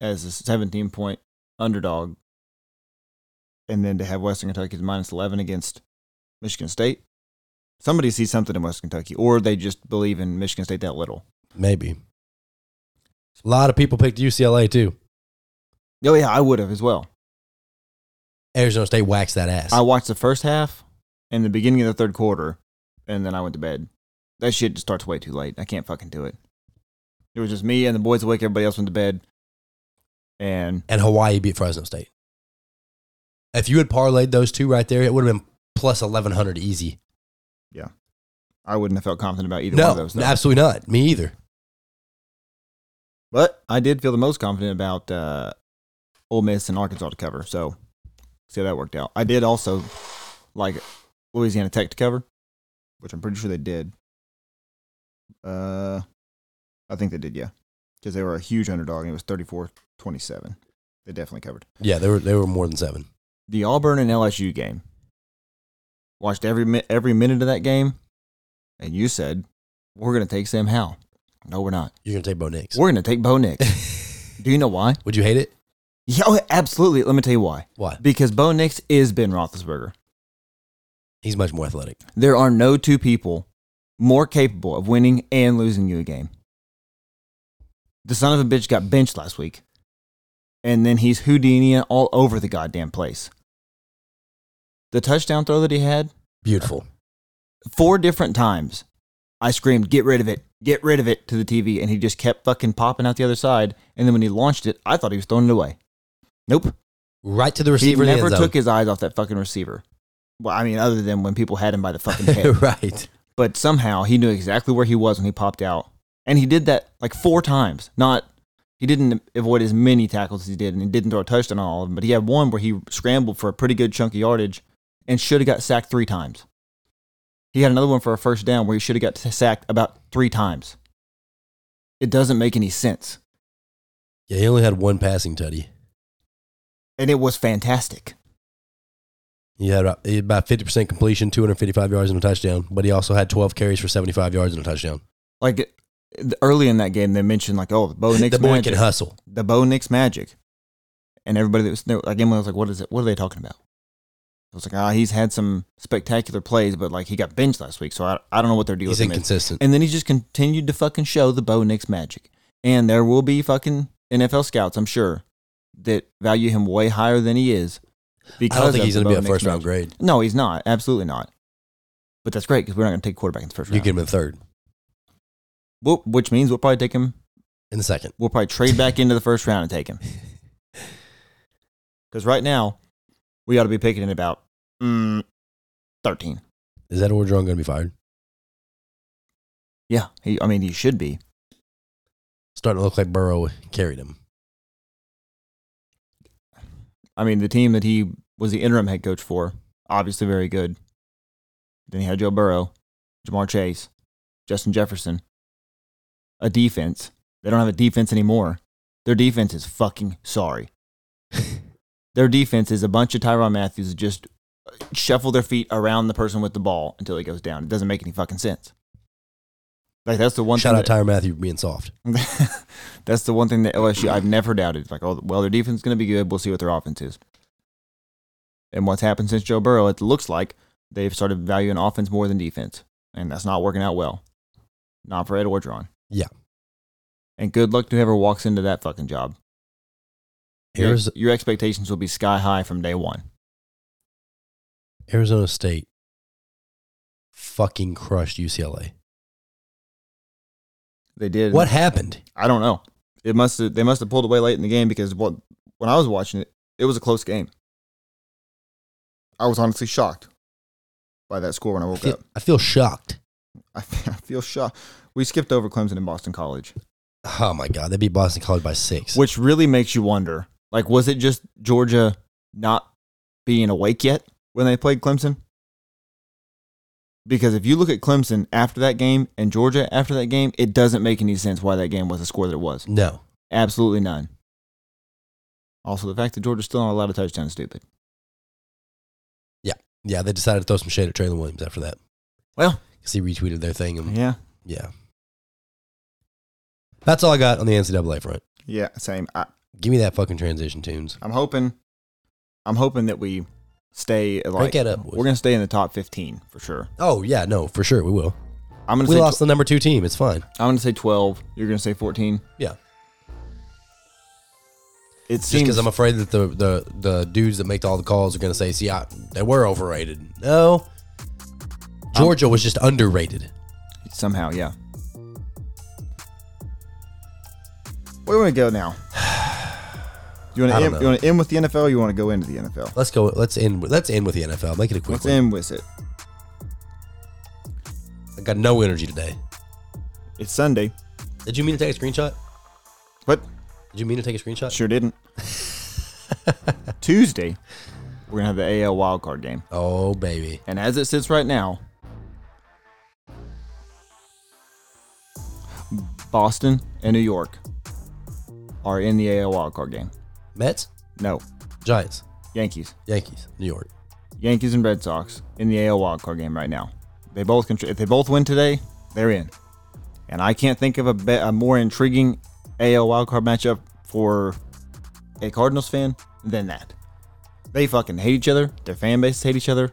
C: as a 17 point underdog, and then to have Western Kentucky's minus 11 against Michigan State, somebody sees something in Western Kentucky, or they just believe in Michigan State that little.
D: maybe. A lot of people picked UCLA too.
C: Oh yeah, I would have as well.
D: Arizona State waxed that ass.
C: I watched the first half and the beginning of the third quarter, and then I went to bed. That shit just starts way too late. I can't fucking do it. It was just me and the boys awake. Everybody else went to bed, and
D: and Hawaii beat Fresno State. If you had parlayed those two right there, it would have been plus 1100 easy.
C: I wouldn't have felt confident about either one
D: No,
C: of those. no.
D: absolutely not. Me either.
C: But I did feel the most confident about uh, Ole Miss and Arkansas to cover. So see how that worked out. I did also like Louisiana Tech to cover, which I'm pretty sure they did. Uh, I think they did, yeah, because they were a huge underdog and it was 34-27. They definitely covered
D: Yeah, they were they were more than seven.
C: the Auburn and LSU game. Watched every mi- every minute of that game, and you said we're gonna take Sam Howell. No, we're not.
D: You're gonna take Bo Nix.
C: We're gonna take Bo Nix. Do you know why?
D: Would you hate it?
C: Yeah, oh, absolutely. Let me tell you why.
D: Why?
C: Because Bo Nix is Ben Roethlisberger.
D: He's much more athletic.
C: There are no two people more capable of winning and losing you a game. The son of a bitch got benched last week, and then he's Houdini all over the goddamn place. The touchdown throw that he had
D: Beautiful.
C: four different times, I screamed, "Get rid of it! Get rid of it!" to the TV, and he just kept fucking popping out the other side. And then when he launched it, I thought he was throwing it away. Nope.
D: Right to the receiver.
C: he
D: in the
C: never
D: end zone.
C: took his eyes off that fucking receiver. Well, I mean, other than when people had him by the
D: *laughs*
C: fucking head.
D: right.
C: but somehow he knew exactly where he was when he popped out, and he did that like four times. Not he didn't avoid as many tackles as he did, and he didn't throw a touchdown on all of them. But he had one where he scrambled for a pretty good chunk of yardage, and should have got sacked three times. He had another one for a first down where he should have got sacked about three times. It doesn't make any sense,
D: Yeah, he only had one passing tutty.
C: and it was fantastic.
D: He had about- he had about fifty percent completion, two hundred fifty five yards and a touchdown. But he also had twelve carries for seventy five yards and a touchdown.
C: Like early in that game, they mentioned like, "Oh, Bo Nix
D: *laughs* the boy
C: magic.
D: can hustle.
C: the Bo Nix magic. And everybody that was there, like Emily was like, "What is it? What are they talking about?" I was like, "Ah, he's had some spectacular plays, but like he got benched last week, so I, I don't know what they're dealing
D: He's
C: with." him is."
D: inconsistent.
C: And then he just continued to fucking show the Bo Nix magic. And there will be fucking NFL scouts, I'm sure, that value him way higher than he is.
D: I don't think
C: of
D: he's
C: the
D: gonna be
C: Bo
D: a
C: Nix
D: first round
C: magic.
D: grade.
C: No, he's not. Absolutely not. But that's great because we're not going to take a quarterback in the first
D: You
C: round.
D: get him in third,
C: Well, which means we'll probably take him.
D: in the second.
C: We'll probably trade back into the first round and take him. Because right now, we ought to be picking in about mm, 13.
D: Is that Orgeron going to be fired?
C: Yeah. He, I mean, he should be.
D: Starting to look like Burrow carried him.
C: I mean, the team that he was the interim head coach for, obviously very good. Then he had Joe Burrow, Jamar Chase, Justin Jefferson, a defense. They don't have a defense anymore. Their defense is fucking
D: *laughs*
C: sorry. Their defense is a bunch of Tyron Matthews who just uh, shuffle their feet around the person with the ball until he goes down. It doesn't make any fucking sense. Like that's the one
D: Shout
C: thing
D: out
C: that-
D: Tyron Matthew for being soft.
C: *laughs* that's the one thing that LSU
D: Mm-hmm.
C: I've never doubted. Like, oh, well, their defense is going to be good. We'll see what their offense is. And what's happened since Joe Burrow, it looks like they've started valuing offense more than defense, and that's not working out well. Not for Ed Orgeron.
D: Yeah.
C: And good luck to whoever walks into that fucking job. Your-
D: Here's
C: your expectations will be sky high from day one.
D: Arizona State fucking crushed UCLA.
C: They did.
D: What happened?
C: I don't know. It must have, they must have pulled away late in the game because what when I was watching it, it was a close game. I was honestly shocked by that score when I
D: I
C: woke
D: feel,
C: up.
D: I feel shocked.
C: I, fe- I feel shocked. We skipped over Clemson and Boston College,
D: Oh my god, they beat Boston College by six.
C: which really makes you wonder. Like, was it just Georgia not being awake yet when they played Clemson? Because if you look at Clemson after that game and Georgia after that game, it doesn't make any sense why that game was the score that it was.
D: No,
C: Absolutely none. Also, the fact that Georgia's still not allowed a touchdown is stupid.
D: yeah, they decided to throw some shade at Traylon Williams after that.
C: Well.
D: because he retweeted their thing, and
C: Yeah.
D: yeah, that's all I got on the NCAA front.
C: Yeah, same. I,
D: Give me that fucking transition tunes.
C: I'm hoping, I'm hoping that we stay like
D: Break that up. boys.
C: we're gonna stay in the top 15 for sure.
D: oh yeah, no, for sure we will.
C: I'm gonna
D: We
C: say
D: lost the number two team. It's fine.
C: tw- I'm gonna say 12. You're gonna say 14.
D: Yeah,
C: It
D: just
C: seems
D: because I'm afraid that the, the the dudes that make all the calls are gonna say, "See, I, they were overrated." No, Georgia was just underrated.
C: somehow. Yeah. Where do we go now? You
D: *sighs* I
C: want
D: don't
C: to end?
D: know.
C: You want to end with the NFL? Or you want to go into the NFL?
D: Let's go. Let's end. with- Let's end with the NFL. Make it a
C: Let's
D: quick one.
C: end with it.
D: I got no energy today.
C: It's Sunday,
D: Did you mean to take a screenshot?
C: but
D: Did you mean to take a screenshot?
C: Sure didn't. Tuesday, we're gonna have the AL wildcard game,
D: Oh baby,
C: and as it sits right now, Boston and New York are in the AL wildcard game.
D: Mets,
C: No,
D: Giants,
C: Yankees,
D: Yankees, New York.
C: Yankees and Red Sox in the AL wildcard game right now. They both contr- if they both win today, they're in. And I can't think of a, be- a more intriguing AL wildcard matchup for a Cardinals fan than that. They fucking hate each other. Their fan bases hate each other.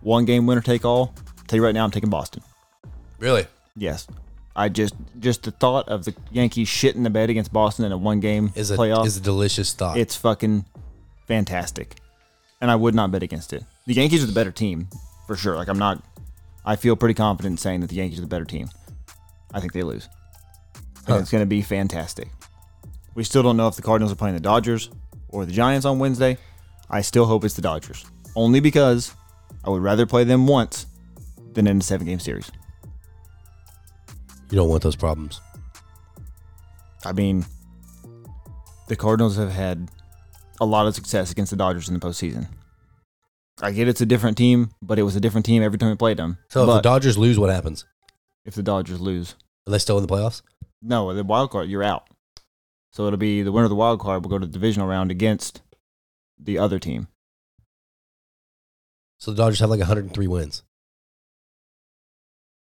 C: One game winner take all. tell you right now, I'm taking Boston.
D: Really?
C: Yes. I just just the thought of the Yankees shitting the bed against Boston in a one game
D: Is a
C: playoff
D: is a delicious thought.
C: it's fucking fantastic. And I would not bet against it. The Yankees are the better team, for sure. Like, I'm not, I feel pretty confident in saying that the Yankees are the better team. I think they lose. And
D: Huh.
C: it's going to be fantastic. We still don't know if the Cardinals are playing the Dodgers or the Giants on Wednesday. I still hope it's the Dodgers, only because I would rather play them once than in a seven game series.
D: you don't want those problems.
C: I mean, the Cardinals have had a lot of success against the Dodgers in the postseason. I get it's a different team, but it was a different team every time we played them.
D: So if
C: but
D: the Dodgers lose, what happens?
C: if the Dodgers lose,
D: Are they still in the playoffs?
C: no, the wild card, you're out. So it'll be the winner of the wild card will go to the divisional round against the other team.
D: So the Dodgers have like 103 wins.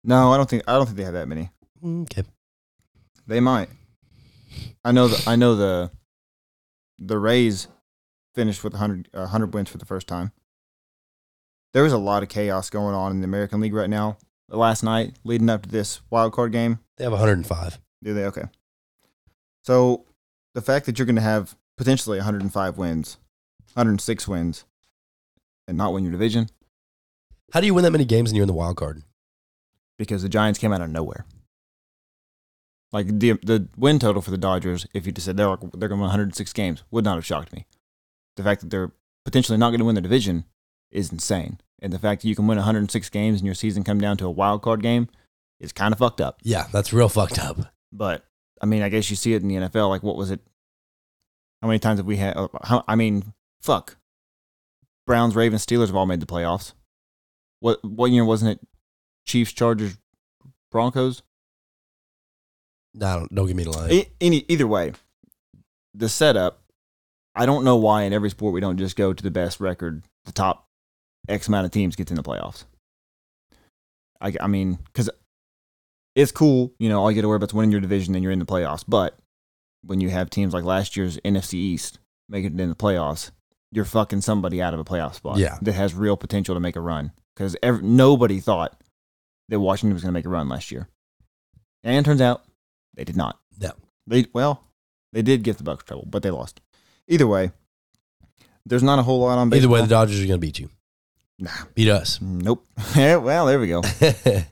C: No, I don't think I don't think they have that many.
D: Mm, Okay.
C: They might. I know. The, I know the the Rays finished with 100, uh, 100 wins for the first time. There was a lot of chaos going on in the American League right now. Last night, leading up to this wild card game,
D: They have 105.
C: do they? Okay. So the fact that you're going to have potentially 105 wins, 106 wins, and not win your division
D: How do you win that many games and you're in the wild card?
C: because the Giants came out of nowhere. Like the the win total for the Dodgers, if you just said they're they're going to win 106 games, would not have shocked me. The fact that they're potentially not going to win the division is insane, and the fact that you can win 106 games and your season come down to a wild card game is kind of fucked up.
D: Yeah, that's real fucked up.
C: But I mean, I guess you see it in the NFL. Like, what was it? How many times have we had? uh, How, I mean, fuck. Browns, Ravens, Steelers have all made the playoffs. What what year wasn't it? Chiefs, Chargers, Broncos.
D: Nah, don't, don't give me the line.
C: E- any either way, the setup. I don't know why in every sport we don't just go to the best record. The top X amount of teams gets in the playoffs. I, I mean, because it's cool, you know, all you got to worry about is winning your division and you're in the playoffs. But when you have teams like last year's NFC East making it in the playoffs, you're fucking somebody out of a playoff spot
D: Yeah.
C: that has real potential to make a run. Because nobody thought that Washington was going to make a run last year, and turns out they did not.
D: No.
C: They well, they did give the Bucks trouble, but they lost. Either way, there's not a whole lot on.
D: Either
C: Baseball.
D: way, the Dodgers are going to beat you.
C: Nah. *laughs*
D: Beat us.
C: nope. Yeah, well, there we go.
D: yeah,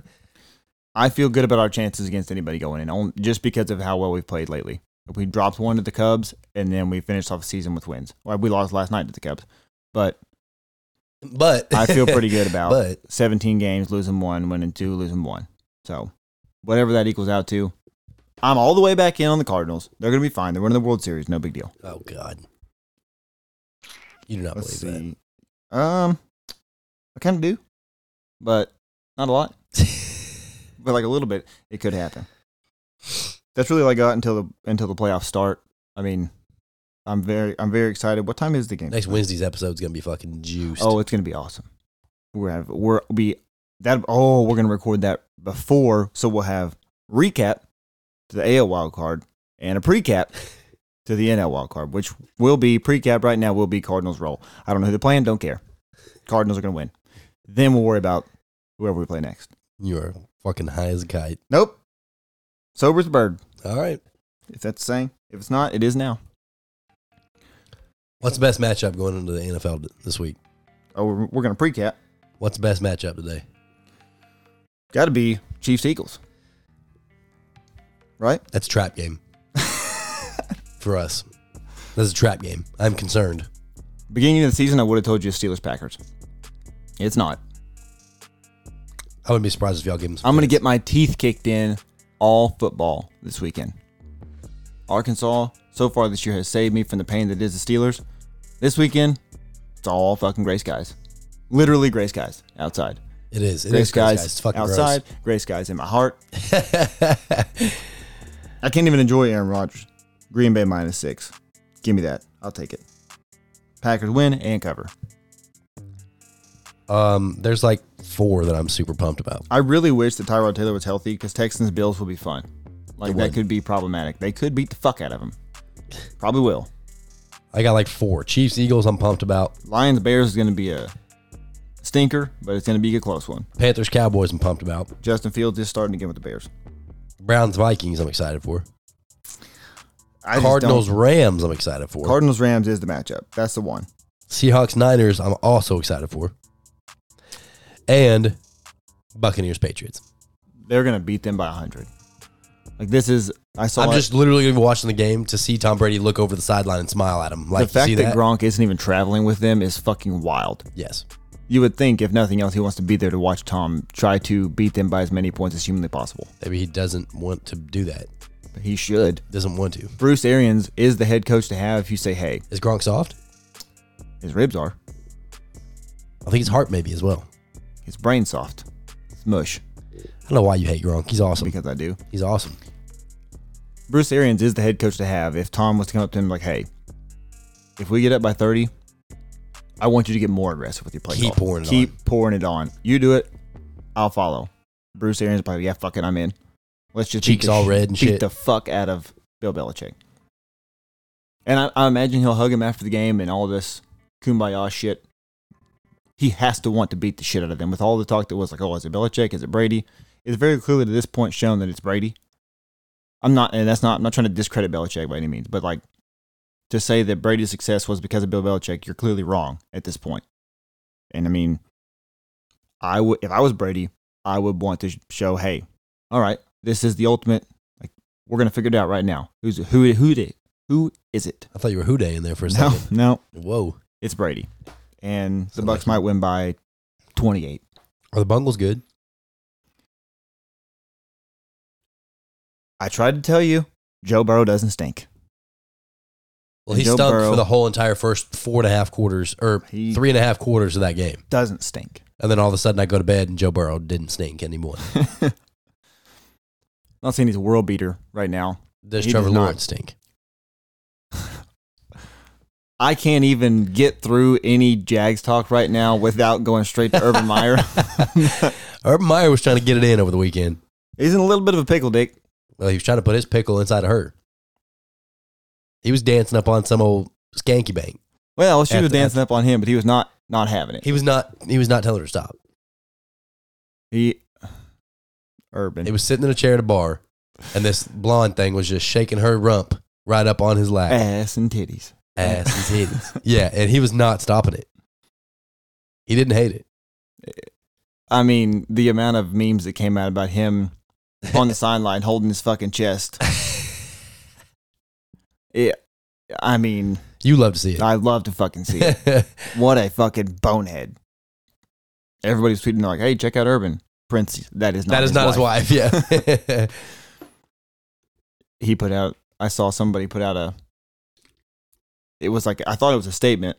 C: I feel good about our chances against anybody going in, on- just because of how well we've played lately. We dropped one to the Cubs, and then we finished off the season with wins. Well, we lost last night to the Cubs, but
D: but
C: I
D: *laughs*
C: feel pretty good about
D: But
C: 17 games, losing one, winning two, losing one. So, whatever that equals out to, I'm all the way back in on the Cardinals. They're going to be fine. They're winning the World Series. No big deal.
D: oh god, you do not
C: Let's
D: believe
C: see. Um, I kind of do, but not a lot. but like a little bit, it could happen. That's really all I got until the until the playoffs start. I mean, I'm very I'm very excited. What time is the game?
D: that. *laughs* Next Wednesday's episode's going to be fucking juiced.
C: Oh, it's gonna be awesome. We're gonna have, we're be that. Oh, we're gonna record that before, so we'll have recap to the AL wild card and a precap to the NL wild card, which will be precap right now. Will be Cardinals roll. I don't know who they're playing. Don't care. Cardinals are gonna win. Then we'll worry about whoever we play next.
D: you are fucking high as a kite.
C: Nope. Sober as a bird.
D: All right,
C: If that's the saying. If it's not, it is now.
D: what's the best matchup going into the NFL th- this week?
C: Oh, we're, we're gonna precap.
D: What's the best matchup today?
C: Got to be Chiefs Eagles. Right.
D: That's a
C: *laughs*
D: trap game for us. That's a trap game. I'm concerned.
C: Beginning of the season, I would have told you Steelers Packers. It's not.
D: I wouldn't be surprised if y'all give them. Some
C: I'm going to
D: fits.
C: get my teeth kicked in all football this weekend. Arkansas, so far this year, has saved me from the pain that is the Steelers. This weekend, it's all fucking gray skies. Literally gray skies outside.
D: It is. It
C: Gray
D: is
C: skies,
D: guys. It's fucking
C: outside. Gray skies in my
D: *laughs*
C: heart.
D: Gross.
C: I can't even enjoy Aaron Rodgers. Green Bay minus six. Give me that. I'll take it. Packers win and cover.
D: um, there's like four that I'm super pumped about.
C: I really wish that Tyrod Taylor was healthy because Texans Bills will be fun. Like
D: It
C: that
D: would.
C: could be problematic. They could beat the fuck out of him. Probably will.
D: I got like four. Chiefs, Eagles. I'm pumped about.
C: Lions Bears is going to be a stinker, but it's going to be a close one.
D: Panthers, Cowboys. I'm pumped about.
C: Justin Fields is starting again with the Bears.
D: Browns, Vikings. I'm excited for.
C: I just
D: Cardinals,
C: don't-
D: Rams. I'm excited for.
C: Cardinals Rams is the matchup. That's the one.
D: Seahawks, Niners. I'm also excited for. And Buccaneers, Patriots.
C: They're going to beat them by hundred. Like this is I saw
D: I'm
C: it.
D: just literally gonna be watching the game to see Tom Brady look over the sideline and smile at him. Like
C: the fact
D: you
C: that,
D: see that.
C: Gronk isn't even traveling with them is fucking wild.
D: yes.
C: You would think, if nothing else, he wants to be there to watch Tom try to beat them by as many points as humanly possible.
D: Maybe he doesn't want to do that.
C: But he should.
D: Doesn't want to.
C: Bruce Arians is the head coach to have if you say, hey,
D: Is Gronk soft?
C: his ribs are,
D: I think his heart maybe as well.
C: his brain's soft, it's mush,
D: I don't know why you hate Gronk. He's awesome.
C: because I do.
D: He's awesome.
C: Bruce Arians is the head coach to have if Tom was to come up to him like, hey, if we get up by 30, I want you to get more aggressive with your play.
D: Keep
C: call.
D: pouring it
C: Keep
D: on."
C: pouring it on. You do it, I'll follow. Bruce Arians probably, yeah, fuck it, I'm in. Let's just beat
D: Cheeks
C: the
D: all
C: sh-
D: red
C: *laughs*
D: and
C: beat
D: shit.
C: the fuck out of Bill Belichick. And I, I imagine he'll hug him after the game and all this kumbaya shit. He has to want to beat the shit out of them with all the talk that was like, oh, is it Belichick? Is it Brady? It's very clearly to this point shown that it's Brady. I'm not, and that's not, I'm not trying to discredit Belichick by any means, but like to say that Brady's success was because of Bill Belichick, you're clearly wrong at this point. And I mean, I would if I was Brady, I would want to sh- show, hey, all right, this is the ultimate. Like we're gonna figure it out right now. Who's who? Who did? Who is it?
D: I thought you were Houday in there for a
C: No,
D: second.
C: no,
D: Whoa.
C: it's Brady, and the
D: Sounds
C: Bucks
D: like-
C: might win by twenty-eight.
D: Are the Bungles good?
C: I tried to tell you, Joe Burrow doesn't stink.
D: Well, he
C: Joe
D: stunk
C: Burrow-
D: for the whole entire first four and a half quarters or
C: He
D: three and a half quarters of that game.
C: doesn't stink.
D: And then all of a sudden I go to bed and Joe Burrow didn't
C: *laughs*
D: stink anymore.
C: Not saying he's a world beater right now.
D: Does
C: He
D: Trevor
C: does not.
D: Lawrence stink? *laughs*
C: I can't even get through any Jags talk right now without going straight to Urban *laughs* Meyer.
D: Urban Meyer was trying to get it in over the weekend.
C: he's in a little bit of a pickle, Dick.
D: Well, he was trying to put his pickle inside of her. He was dancing up on some old skanky bank.
C: Well, she
D: At
C: was
D: the-
C: dancing up on him, but he was not not having it.
D: He was not he was not telling her to stop.
C: He Urban.
D: He was sitting in a chair at a bar and this blonde thing was just shaking her rump right up on
C: *laughs*
D: his lap.
C: ass and titties.
D: Ass and titties. Yeah, and he was not stopping it. He didn't hate it.
C: I mean, the amount of memes that came out about him on
D: *laughs*
C: the sideline holding his fucking chest. Yeah. I mean,
D: You love to see it. *laughs*
C: I love to fucking see it. What a fucking bonehead. Everybody's tweeting like, hey, check out Urban. Prince, that is not,
D: that is
C: his
D: not
C: wife.
D: his wife. Yeah. *laughs*
C: He put out, I saw somebody put out a, it was like, I thought it was a statement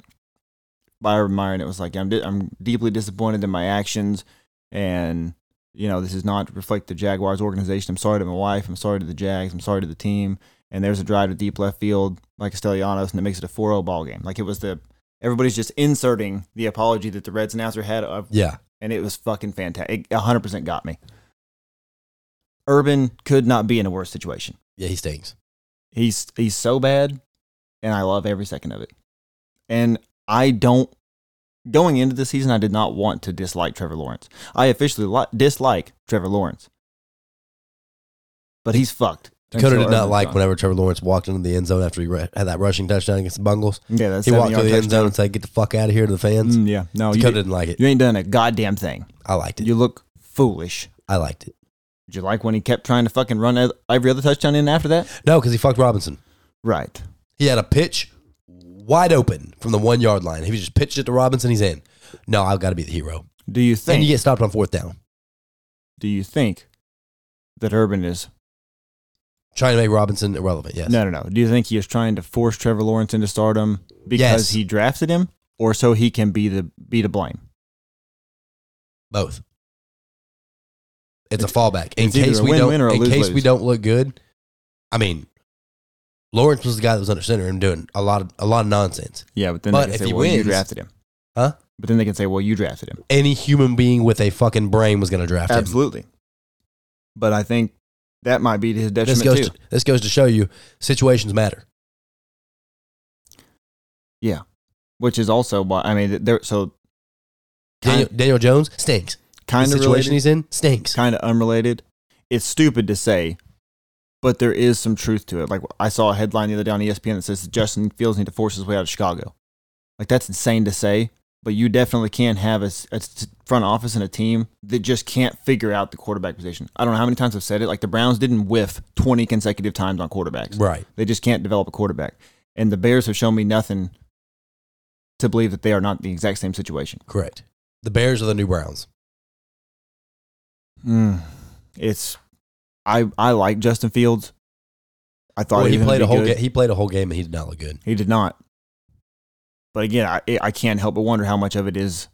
C: by Urban Meyer, and it was like, I'm, di- I'm deeply disappointed in my actions, and, you know, this is not reflect the Jaguars organization. I'm sorry to my wife. I'm sorry to the Jags. I'm sorry to the team. And there's a drive to deep left field by Castellanos, and it makes it a 4 0 ball game. Like, it was the, everybody's just inserting the apology that the Reds announcer had of
D: yeah.
C: and it was fucking fantastic. It 100% got me. Urban could not be in a worse situation.
D: Yeah, he stinks.
C: He's he's so bad, and I love every second of it. And I don't going into the season, I did not want to dislike Trevor Lawrence. I officially li- dislike Trevor Lawrence, but he's fucked.
D: Dakota
C: until
D: did not
C: Urban's
D: like
C: gone.
D: whenever Trevor Lawrence walked into the end zone after he ru- had that rushing touchdown against the Bungles.
C: Yeah, that's
D: He walked to the end zone and said, "Get the fuck out of here to the fans."
C: Mm, yeah, no, you,
D: Dakota
C: did-
D: didn't like it.
C: you ain't done a goddamn thing.
D: I liked it.
C: You look foolish.
D: I liked it.
C: Did you like when he kept trying to fucking run ev- every other touchdown in after that?
D: No, because he fucked Robinson.
C: Right.
D: He had a pitch wide open from the one yard line. He just pitched it to Robinson. He's in. No, I've got to be the hero.
C: Do you
D: Then
C: think?
D: you get stopped on fourth down.
C: do you think that Urban is?
D: Trying to make Robinson irrelevant. Yes.
C: No, no, no. Do you think he is trying to force Trevor Lawrence into stardom because
D: Yes.
C: he drafted him, or so he can be the be to blame?
D: Both. It's a fallback. In
C: it's either
D: case
C: a
D: we
C: win-win
D: don't
C: or a
D: in case we
C: lose-lose.
D: don't look good. I mean, Lawrence was the guy that was under center and doing a lot of a lot of nonsense.
C: Yeah, but then
D: But
C: they can
D: if
C: say,
D: he
C: "Well, you
D: wins-
C: drafted him,"
D: Huh?
C: But then they can say, "Well, you drafted him."
D: Any human being with a fucking brain was gonna draft him.
C: Absolutely. But I think that might be to his
D: This
C: detriment
D: goes
C: too.
D: to, this goes to show you situations matter.
C: which is also why I mean, there. So
D: Daniel, Daniel Jones stinks.
C: kind
D: the
C: of
D: situation
C: related,
D: he's in stinks.
C: kind of unrelated. It's stupid to say, but there is some truth to it. Like I saw a headline the other day on E ESPN that says Justin Fields need to force his way out of Chicago. Like that's insane to say, but you definitely can have a, s- a s- front office and a team that just can't figure out the quarterback position. I don't know how many times I've said it. Like the Browns didn't whiff 20 consecutive times on quarterbacks.
D: Right.
C: They just can't develop a quarterback. And the Bears have shown me nothing to believe that they are not the exact same situation.
D: Correct. The Bears are the new Browns.
C: Mm. It's I I like Justin Fields. I thought
D: Boy,
C: he,
D: he
C: was gonna
D: played a
C: be
D: whole
C: good.
D: game. He played a whole game and he did not look good.
C: He did not. But again, I I can't help but wonder how much of it is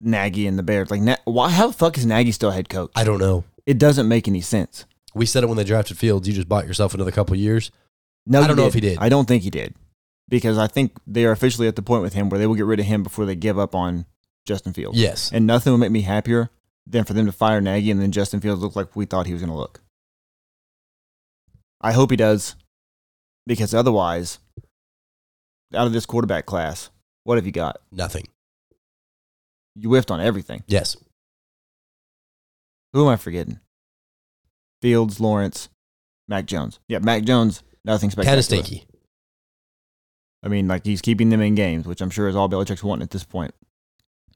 C: Nagy and the Bears. Like, Na- why? How the fuck is Nagy still head coach?
D: I don't know.
C: it doesn't make any sense.
D: We said it when they drafted Fields. You just bought yourself another couple years.
C: No,
D: I don't know if he did.
C: I don't think he did because I think they are officially at the point with him where they will get rid of him before they give up on Justin Fields.
D: Yes.
C: And nothing would make me happier than for them to fire Nagy and then Justin Fields look like we thought he was going to look. I hope he does, because otherwise, out of this quarterback class, what have you got?
D: Nothing.
C: You whiffed on everything.
D: Yes.
C: Who am I forgetting? Fields, Lawrence, Mac Jones. Yeah, Mac Jones, nothing
D: Kind
C: spectacular.
D: of stinky.
C: I mean, like he's keeping them in games, which I'm sure is all Belichick's wanting at this point.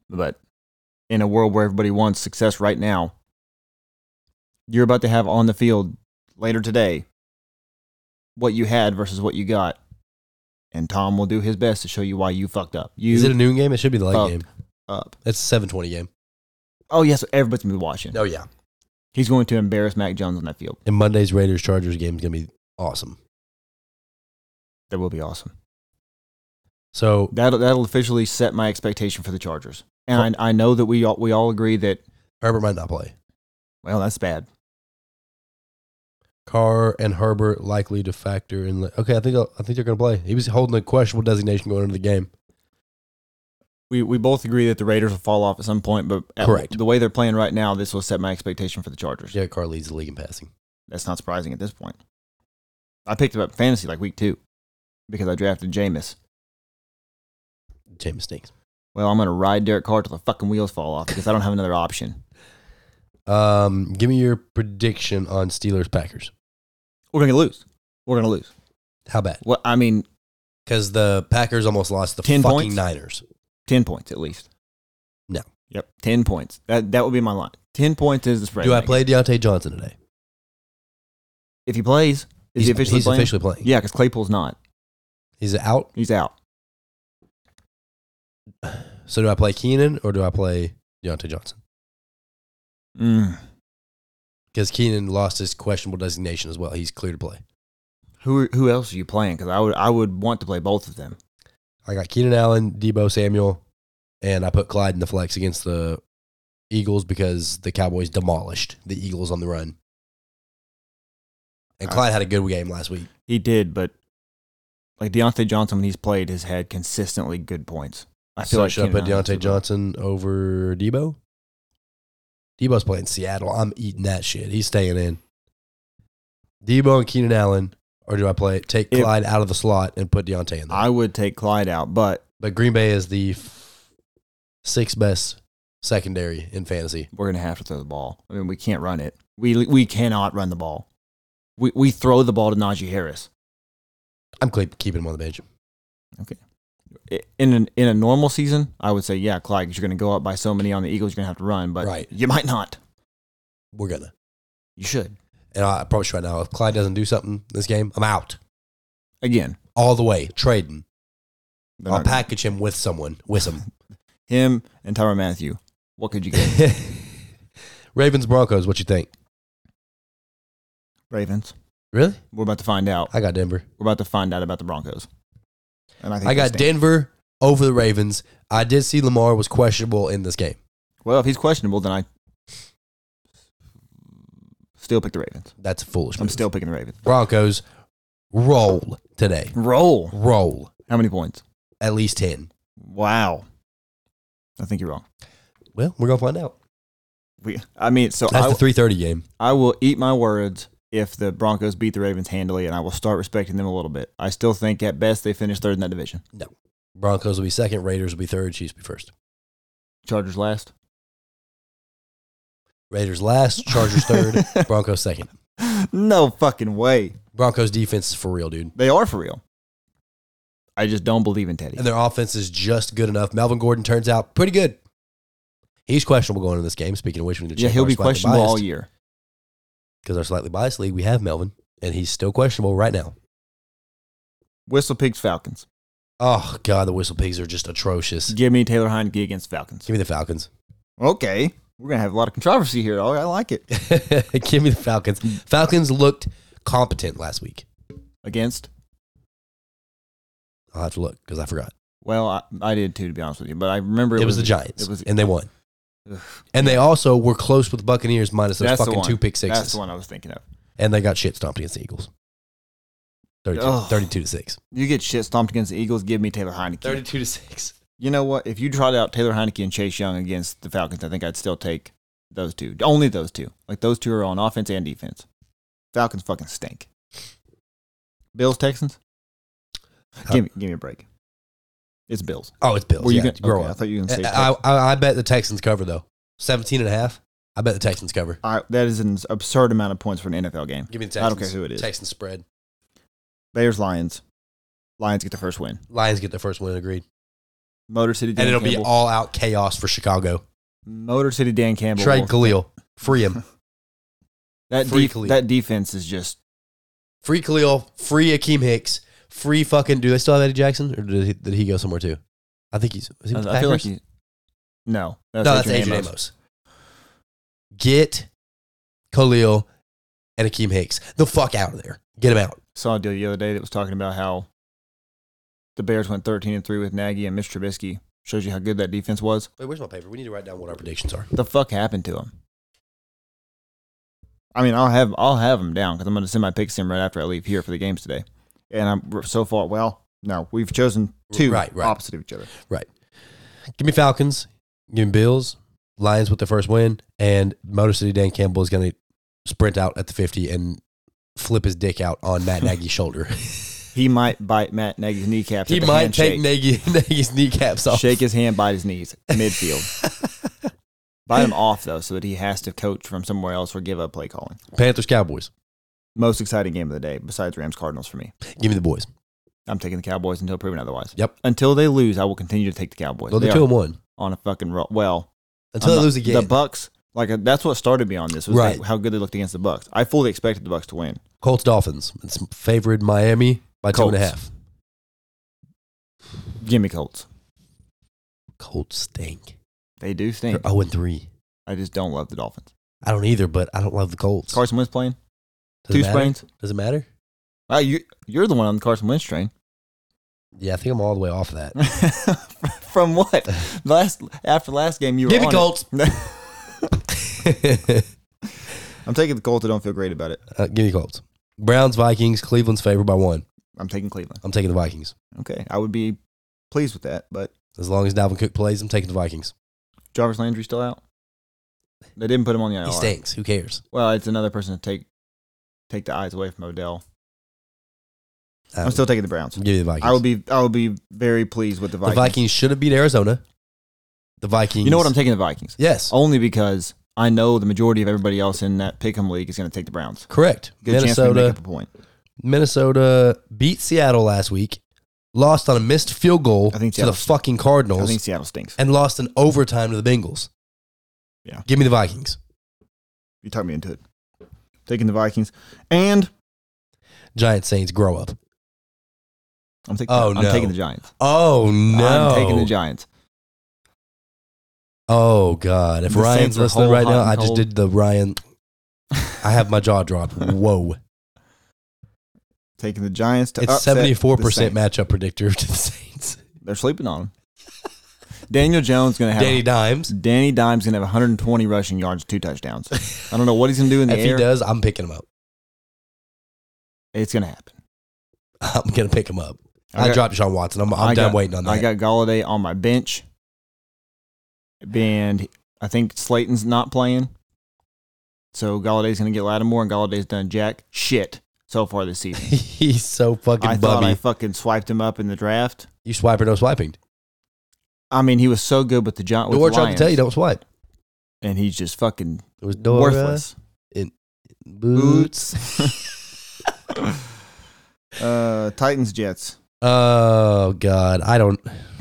C: But in a world where everybody wants success right now. You're about to have on the field later today what you had versus what you got. And Tom will do his best to show you why you fucked up. You Oh.
D: Is it a noon game? It should be the late
C: fucked
D: game.
C: up.
D: That's a seven twenty game.
C: Oh, yes. everybody's going to be watching.
D: Oh yeah.
C: He's going to embarrass Mac Jones on that field.
D: And Monday's Raiders Chargers game is gonna be awesome.
C: That will be awesome.
D: So
C: That'll, that'll officially set my expectation for the Chargers. And I, I know that we all, we all agree that,
D: Herbert might not play.
C: well, that's bad.
D: Carr and Herbert likely to factor in. Okay, I think I think they're gonna play. He was holding a questionable designation going into the game.
C: we, we both agree that the Raiders will fall off at some point, but at-
D: Correct.
C: the way they're playing right now, this will set my expectation for the Chargers.
D: Derek Carr leads the league in passing.
C: That's not surprising at this point. I picked him up in fantasy like week two because I drafted Jameis.
D: Jameis stinks.
C: Well, I'm going to ride Derek Carr till the fucking wheels fall off because I don't have another option.
D: Um, give me your prediction on Steelers Packers.
C: We're going to lose. We're going to lose.
D: How bad?
C: What I mean,
D: Because the Packers almost lost the
C: 10
D: fucking
C: points?
D: Niners.
C: ten points at least.
D: No.
C: Yep, ten points. That that would be my line. Ten points is the spread.
D: Do I
C: Megan.
D: play Deontay Johnson today?
C: If he plays, is
D: he's
C: he officially
D: he's
C: playing?
D: officially playing.
C: Yeah, because Claypool's not.
D: He's out.
C: He's out.
D: So do I play Keenan or do I play Deontay Johnson?
C: Mm.
D: Because Keenan lost his questionable designation as well. He's clear to play.
C: Who who else are you playing? Because I would I would want to play both of them.
D: I got Keenan Allen, Debo Samuel, and I put Clyde in the flex against the Eagles because the Cowboys demolished the Eagles on the run. And
C: Uh,
D: Clyde had a good game last week.
C: He did, but like Deontay Johnson, when he's played, has had consistently good points. I feel
D: so
C: like
D: should I
C: Keenan
D: put
C: Allen's
D: Deontay
C: the-
D: Johnson over Debo? Debo's playing Seattle. I'm eating that shit. He's staying in. Debo and Keenan Allen, or do I play take
C: If-
D: Clyde out of the slot and put Deontay in there?
C: I would take Clyde out, but
D: but Green Bay is the f- sixth best secondary in fantasy.
C: we're gonna have to throw the ball. I mean, we can't run it. We we cannot run the ball. We we throw the ball to Najee Harris.
D: I'm cle- keeping him on the bench.
C: I- In an, in a normal season, I would say yeah, Clyde, because you're gonna go up by so many on the Eagles, you're gonna have to run, but
D: Right.
C: you might not.
D: We're gonna.
C: You should
D: And I promise you right now, if Clyde doesn't do something this game, I'm out
C: again.
D: all the way trading.
C: they're
D: I'll
C: not gonna-
D: package him with someone, with
C: *laughs*
D: him.
C: him and Tyron Matthew. What could you get?
D: *laughs* Ravens Broncos. What you think?
C: Ravens.
D: Really?
C: We're about to find out.
D: I got Denver.
C: We're about to find out about the Broncos. And I think
D: I
C: they
D: got
C: stink.
D: Denver over the Ravens. I did see Lamar was questionable in this game.
C: Well, if he's questionable, then I still pick the Ravens.
D: That's a foolish.
C: I'm
D: move.
C: still picking the Ravens.
D: Broncos roll today.
C: Roll.
D: Roll
C: How many points?
D: at least ten.
C: Wow. I think you're wrong.
D: Well, we're gonna find out.
C: We, I mean, so
D: That's
C: I,
D: the three thirty game.
C: I will eat my words if the Broncos beat the Ravens handily, and I will start respecting them a little bit. I still think at best they finish third in that division.
D: Broncos will be second. Raiders will be third. Chiefs will be first.
C: Chargers last.
D: Raiders last.
C: *laughs*
D: Chargers third. Broncos second.
C: no fucking way.
D: Broncos defense is for real, dude.
C: They are for real. I just don't believe in Teddy.
D: And their offense is just good enough. Melvin Gordon turns out pretty good. He's questionable going into this game. Speaking of which, we need to
C: Yeah,
D: check
C: he'll
D: our
C: be
D: slightly
C: questionable all
D: biased.
C: year.
D: because our slightly biased league, we have Melvin, and he's still questionable right now.
C: Whistle pigs Falcons.
D: Oh God, the whistle pigs are just atrocious.
C: Give me Taylor Heineke against Falcons.
D: Give me the Falcons. *laughs*
C: Okay, we're gonna have a lot of controversy here. Oh, I like it
D: Give me the Falcons. Falcons looked competent last week.
C: against.
D: I'll have to look because I forgot.
C: Well, I, I did too, to be honest with you. But I remember
D: It, was, the Giants,
C: It was
D: and they won.
C: Ugh.
D: And they also were close with the Buccaneers, minus those
C: That's the
D: fucking
C: one.
D: two pick
C: that's
D: sixes,
C: the one I was thinking of.
D: and they got shit stomped against the Eagles. 32,
C: Ugh.
D: 32 to six.
C: You get shit stomped against the Eagles. Give me Taylor Heineke.
D: to six.
C: You know what? If you tried out Taylor Heineke and Chase Young against the Falcons, I think I'd still take those two. Only those two. Like those two are on offense and defense. Falcons fucking stink. Bills Texans. Give me, give me a break. It's Bills.
D: Oh, it's Bills.
C: Were you
D: yeah,
C: gonna,
D: grow
C: okay, I
D: up. Eh,
C: thought you were going to say
D: I, I, I bet the Texans cover though. 17 and a half. I bet the Texans cover.
C: I, that is an absurd amount of points for an NFL game.
D: Give me the
C: I don't care who it is.
D: Texans spread.
C: Bears Lions. Lions get the first win.
D: Lions get the first win. Agreed.
C: Motor City. Dan
D: and it'll be
C: Campbell.
D: all out chaos for Chicago.
C: Motor City Dan Campbell.
D: Trade Khalil. Free him.
C: that
D: free
C: def-
D: Khalil.
C: that defense is just
D: Free Khalil. Free Akeem Hicks. Free fucking. Do they still have Eddie Jackson or did he, did he go somewhere too? I think he's. Is he
C: I,
D: with the
C: I feel like
D: Packers?
C: he, No. That's
D: no, that's Adrian Amos. Get Khalil and Akeem Hicks the fuck out of there. Get him out.
C: Saw a deal the other day that was talking about how the Bears went 13 and 3 with Nagy and Mitch Trubisky. Shows you how good that defense was.
D: Wait, where's my paper? We need to write down what our predictions are.
C: the fuck happened to him? I mean, I'll have I'll have him down because I'm going to send my picks in right after I leave here for the games today. And I'm we're so far. Well, no, we've chosen two
D: Right, right.
C: opposite of each other.
D: Give me Falcons. Give me Bills. Lions with the first win, and Motor City Dan Campbell is going to sprint out at the fifty and flip his dick out on *laughs* Matt Nagy's shoulder.
C: He might bite Matt Nagy's kneecaps.
D: he
C: at the
D: might
C: handshake,
D: take Nagy, *laughs* Nagy's kneecaps off.
C: shake his hand, bite his knees,
D: *laughs*
C: midfield. bite him off though, so that he has to coach from somewhere else or give up play calling.
D: Panthers Cowboys.
C: Most exciting game of the day, besides Rams Cardinals for me.
D: Give me the boys.
C: I'm taking the Cowboys until proven otherwise.
D: Yep.
C: Until they lose, I will continue to take the Cowboys.
D: Well,
C: they
D: they're
C: are
D: two and one
C: on a fucking roll. Well,
D: until
C: I'm
D: they
C: not-
D: lose again.
C: The Bucks, like uh, that's what started me on this was
D: Right.
C: like, how good they looked against the Bucks. I fully expected the Bucks to win.
D: Colts Dolphins. It's favored Miami by two and a
C: Colts.
D: half.
C: Give me Colts.
D: Colts stink.
C: They do
D: They're
C: stink.
D: zero and three.
C: I just don't love the Dolphins.
D: I don't either, but I don't love the Colts.
C: Carson Wentz playing
D: Does it
C: two
D: matter?
C: sprains.
D: Does it matter?
C: Wow, you you're the one on the Carson Wentz train. *laughs*
D: Yeah, I think I'm all the way off of that.
C: From
D: *laughs*
C: what last after last game you were
D: Give me
C: on it. *laughs*
D: Colts. *laughs*
C: I'm taking the Colts. I don't feel great about it.
D: Uh, give me Colts. Browns, Vikings, Cleveland's favored by one.
C: I'm taking Cleveland.
D: I'm taking the Vikings.
C: Okay, I would be pleased with that. But
D: As long as Dalvin Cook plays, I'm taking the Vikings.
C: Jarvis Landry still out. They didn't put him on the IR.
D: He stinks. Who cares?
C: Well, it's another person to take take the eyes away from Odell.
D: I
C: I'm
D: don't-
C: still taking the Browns.
D: Uh, give me the Vikings.
C: I will be I will be very pleased with the
D: the
C: Vikings.
D: Vikings should have beat Arizona. The Vikings.
C: You know what I'm Oh. taking the Vikings
D: Yes,
C: only because I know the majority of everybody else in that pick'em league is going to take the Browns.
D: correct.
C: Good chance to make
D: Minnesota.
C: up a point.
D: Minnesota beat Seattle last week. Lost on a missed field goal
C: I think
D: to the
C: Seattle's-
D: fucking
C: I
D: Cardinals
C: think Seattle stinks.
D: and lost in overtime to the Bengals.
C: Yeah.
D: Give me the Vikings.
C: You talked me into it. Taking the Vikings, and
D: Giant Saints grow up.
C: I'm taking.
D: Oh,
C: I'm
D: no.
C: taking the Giants.
D: Oh no.
C: I'm taking the Giants.
D: Oh God! If
C: The
D: Ryan's
C: Saints are
D: listening
C: whole,
D: right
C: hot,
D: now,
C: and
D: I just
C: cold.
D: did
C: *laughs*
D: the Ryan. I have my jaw dropped. Whoa!
C: Taking the Giants to
D: It's
C: upset the
D: seventy-four percent
C: Saints.
D: matchup predictor to the Saints.
C: They're sleeping on them. *laughs* Daniel Jones going to have
D: Danny Dimes.
C: Danny Dimes going to have 120 rushing yards, two
D: *laughs*
C: touchdowns. I don't know what he's going to do in the
D: If he
C: air.
D: does, I'm picking him up.
C: It's going to happen.
D: *laughs* I'm gonna pick him up.
C: I
D: I,
C: got-
D: dropped Deshaun Watson. I'm, I'm
C: I
D: done
C: got-
D: waiting on that.
C: I got Galladay on my bench, and I think Slayton's not playing, so Galladay's going to get Lattimore, and Galladay's done jack shit so far this season.
D: *laughs* He's so *laughs* fucking
C: I thought
D: bummy.
C: I fucking swiped him up in the draft.
D: you swipe or no swiping.
C: I mean, he was so good with the John with
D: Dora
C: the
D: tried to
C: Lions,
D: tell you don't swipe.
C: and he's just fucking
D: It was Dora
C: worthless.
D: boots.
C: *laughs*
D: *laughs*
C: uh, Titans Jets. *laughs*
D: Oh God! I don't.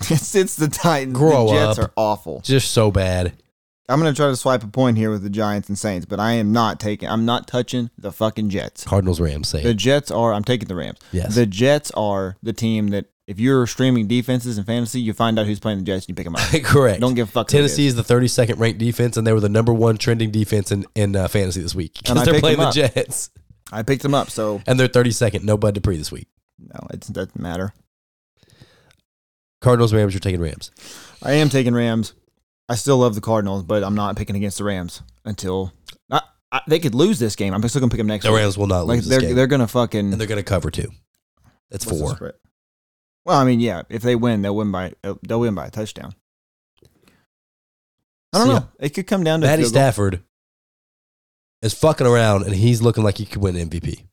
C: It's, it's the Titans.
D: Grow
C: the Jets
D: up.
C: are awful.
D: Just so bad.
C: I'm gonna try to swipe a point here with the Giants and Saints, but I am not taking. I'm not touching the fucking Jets.
D: Cardinals Rams say
C: The Jets are. I'm taking the Rams.
D: yes.
C: The Jets are the team that if you're streaming defenses in fantasy, you find out who's playing the Jets and you
D: *laughs*
C: pick them up.
D: *laughs* Correct.
C: Don't give a fuck. who it is.
D: Tennessee is the 32nd ranked defense, and they were the number one trending defense in, in uh, fantasy this week
C: And
D: because
C: I
D: *laughs* they're
C: picked
D: playing the
C: them
D: Jets,
C: I picked them up, so
D: and they're 32nd. No Bud Dupree this week.
C: no, it doesn't matter.
D: Cardinals Rams. You're taking Rams.
C: I am taking Rams. I still love the Cardinals, but I'm not picking against the Rams until I, I, they could lose this game. I'm still gonna pick them next.
D: The
C: week.
D: Rams will not
C: Like
D: lose
C: they're
D: this game,
C: they're gonna fucking.
D: and they're going to cover two. That's
C: what's the
D: four.
C: spread? Well, I mean, yeah. If they win, they'll win by they'll win by a touchdown. I don't
D: See,
C: know. It could come down to a
D: Matty
C: field goal.
D: Stafford is fucking around, and he's looking like he could win MVP.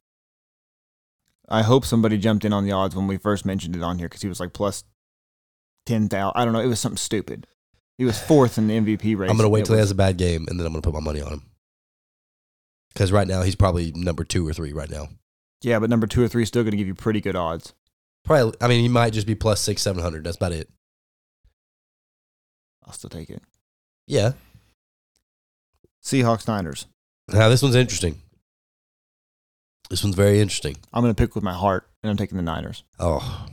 C: I hope somebody jumped in on the odds when we first mentioned it on here because he was like plus ten thousand. I don't know. It was something stupid. He was fourth in the MVP race.
D: *sighs* I'm going to wait
C: It
D: till he
C: was-
D: has a bad game, and then I'm going to put my money on him. Because right now he's probably number two or three. Right now,
C: Yeah, but number two or three is still going to give you pretty good odds.
D: probably. I mean, he might just be plus six, seven hundred. That's about it.
C: I'll still take it.
D: Yeah,
C: Seahawks Niners.
D: Now this one's interesting. This one's very interesting.
C: I'm going to pick with my heart, and I'm taking the Niners.
D: Oh,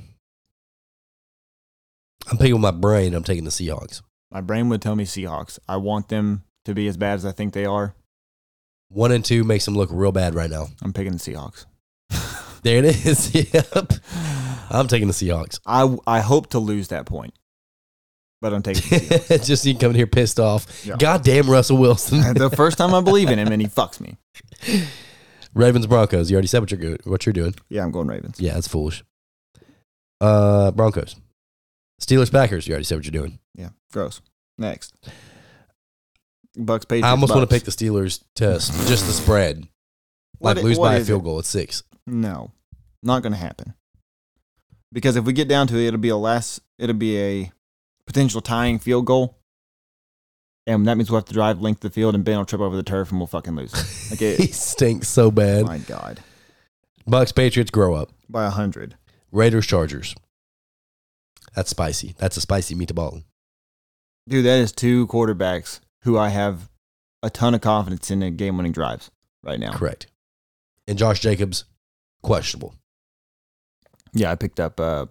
D: I'm picking with my brain. I'm taking the Seahawks.
C: My brain would tell me Seahawks. I want them to be as bad as I think they are.
D: One and two makes them look real bad right now.
C: I'm picking the Seahawks.
D: There it is. *laughs* yep. I'm taking the Seahawks.
C: I I hope to lose that point, but I'm taking the Seahawks. *laughs*
D: *laughs* Just you coming here pissed off.
C: Yeah.
D: Goddamn Russell Wilson.
C: the first time I believe in him, and he fucks me.
D: *laughs* Ravens Broncos. You already said what you're good, what you're doing.
C: Yeah, I'm going Ravens.
D: Yeah, that's foolish. Uh, Broncos. Steelers Packers. You already said what you're doing.
C: Yeah, gross. Next, Bucks Patriots.
D: I almost want to
C: Bucks.
D: pick the Steelers test just the spread.
C: What
D: like
C: i-
D: lose
C: what
D: by a
C: is
D: field
C: it?
D: goal at six. *laughs*
C: No, not going to happen. Because if we get down to it, it'll be a last. It'll be a potential tying field goal, and that means we'll have to drive length of the field, and Ben will trip over the turf, and we'll fucking lose. Like
D: he
C: it,
D: stinks so *laughs* bad.
C: my God,
D: Bucks Patriots grow up.
C: by a hundred.
D: Raiders Chargers. That's spicy. That's a spicy meatball.
C: Dude, that is two quarterbacks who I have a ton of confidence in their game winning drives right now.
D: Correct. And Josh Jacobs, questionable.
C: Yeah, I picked up uh,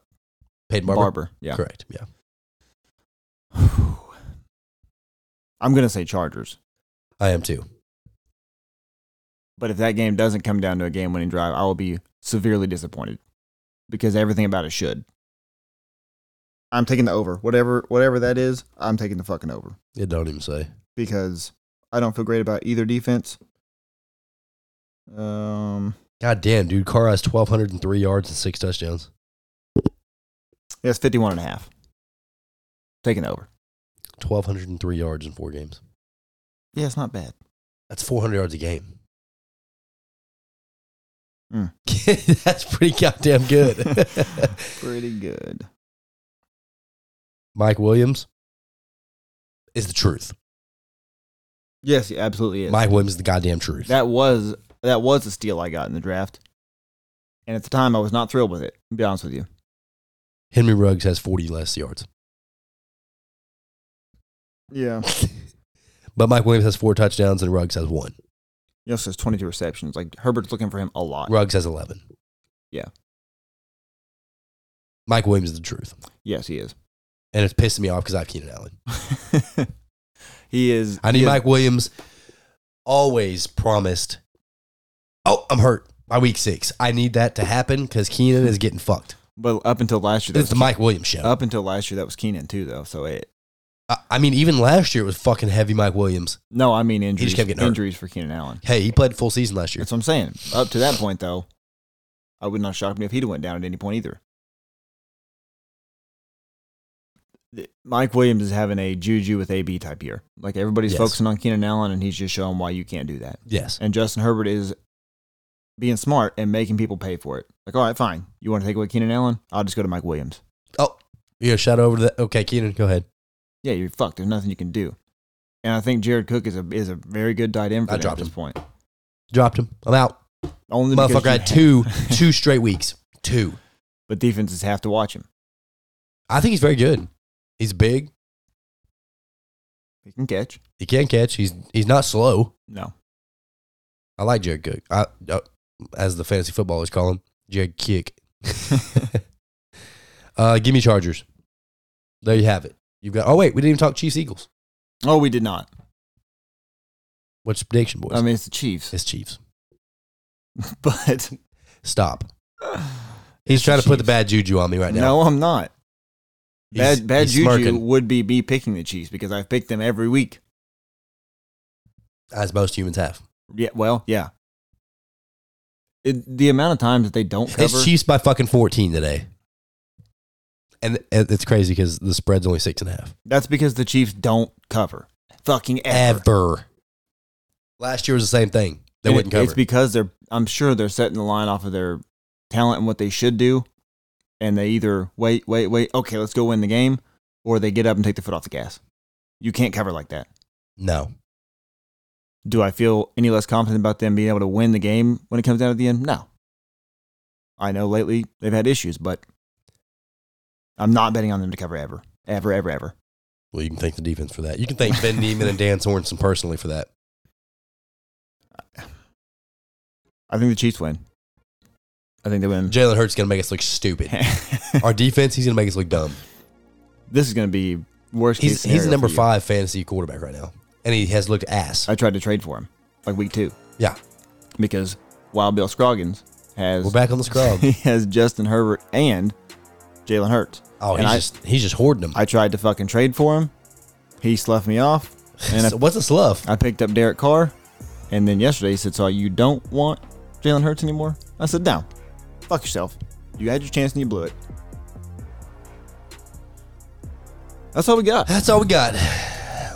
D: Peyton
C: Barber.
D: Barber.
C: Yeah.
D: Correct. Yeah.
C: I'm going to say Chargers.
D: I am too.
C: But if that game doesn't come down to a game winning drive, I will be severely disappointed because everything about it should. I'm taking the over. Whatever whatever that is, I'm taking the fucking over
D: It don't even say.
C: because I don't feel great about either defense. Um
D: God damn, dude. Carr has 1,203 yards and six touchdowns.
C: yeah, it's 51 and a half. Taking the over.
D: 1,203 yards in four games.
C: Yeah, it's not bad.
D: That's 400 yards a game.
C: Mm.
D: *laughs* That's pretty goddamn good.
C: *laughs* Pretty good.
D: Mike Williams is the truth.
C: Yes, it absolutely is.
D: Mike Williams is the goddamn truth.
C: that was that was a steal I got in the draft. And at the time I was not thrilled with it, to be honest with you.
D: Henry Ruggs has 40 less yards.
C: Yeah.
D: But Mike Williams has four touchdowns and Ruggs has one.
C: He also has 22 receptions. Like Herbert's looking for him a lot.
D: Ruggs has 11.
C: Yeah.
D: Mike Williams is the truth.
C: Yes, he is. *laughs*
D: And it's pissing me off because I have Keenan Allen.
C: he is.
D: I need
C: he is-
D: Mike Williams always promised, oh, I'm hurt by week six. I need that to happen because Keenan is getting fucked.
C: But up until last year, that
D: It's
C: was
D: the Mike Williams show.
C: up until last year that was Keenan too, though. So it.
D: I, I mean, even last year it was fucking heavy Mike Williams.
C: No, I mean injuries.
D: kept getting hurt.
C: injuries for Keenan Allen.
D: Hey, he played full season last year.
C: That's what I'm saying. Up to that point, though, I would not shock me if he'd went down at any point either. Th- Mike Williams is having a juju with AB type year. Like everybody's
D: Yes.
C: focusing on Keenan Allen, and he's just showing why you can't do that.
D: Yes.
C: And Justin Herbert is being smart and making people pay for it. Like, all right, fine. You want to take away Keenan Allen? I'll just go to Mike Williams.
D: Oh, yeah, shout over to that. Okay, Keenan, go ahead.
C: Yeah, you're fucked. There's nothing you can do. And I think Jared Cook is a is a very good tight end for
D: I
C: them
D: dropped
C: at this
D: him.
C: point.
D: Dropped him. I'm out.
C: Only because
D: Motherfucker
C: you
D: had
C: have-
D: two, two straight weeks. Two.
C: *laughs* but defenses have to watch him.
D: I think he's very good. He's big.
C: He can catch.
D: He can catch. He's he's not slow.
C: No.
D: I like Jared Cook. I, uh, as the fantasy footballers call him,
C: *laughs*
D: Jared Kick. uh, give me Chargers. There you have it. You've got. Oh wait, we didn't even talk Chiefs Eagles.
C: Oh, we did not.
D: What's your prediction, boys?
C: I mean, it's the Chiefs,
D: it's Chiefs.
C: *laughs* but
D: Stop.
C: *sighs*
D: He's
C: It's
D: trying to put the
C: Chiefs.
D: bad juju on me right now.
C: no, I'm not.
D: He's-
C: bad bad
D: he's
C: juju
D: smirking,
C: would be me picking the Chiefs because I've picked them every week.
D: as most humans have.
C: Yeah. Well, yeah. It, the amount of times that they don't cover.
D: It's Chiefs by fucking fourteen today, and it- it's crazy because the spread's only six and a half.
C: That's because the Chiefs don't cover. Fucking ever.
D: Ever. Last year was the same thing. They
C: And
D: wouldn't
C: it-
D: cover.
C: It's because they're. I'm sure they're setting the line off of their talent and what they should do, and they either wait, wait, wait. Okay, let's go win the game, or they get up and take the foot off the gas. You can't cover like that.
D: no.
C: Do I feel any less confident about them being able to win the game when it comes down to the end? No. I know lately they've had issues, but I'm not betting on them to cover ever, ever, ever, ever.
D: Well, you can thank the defense for that. You can thank Ben Neiman and Dan Sorensen personally for that.
C: I think the Chiefs win. I think they win.
D: Jalen Hurts gonna make us look stupid. Our defense, he's gonna make us look dumb.
C: *laughs* this is going to be worst. case
D: He's he's
C: scenario
D: the number
C: for you.
D: five fantasy quarterback right now, and he has looked ass.
C: I tried to trade for him like week two
D: Yeah,
C: because Wild Bill Scroggins has
D: we're back on the
C: *laughs*
D: scrub.
C: he has Justin Herbert and Jalen Hurts.
D: Oh,
C: and
D: he's
C: I,
D: just he's just hoarding them.
C: I tried to fucking trade for him. He sloughed me off, and
D: So what's a slough?
C: I, I picked up Derek Carr. And then yesterday he said, "So you don't want Jalen Hurts anymore?" I said, "No, fuck yourself. You had your chance and you blew it." That's all we got.
D: That's all we got.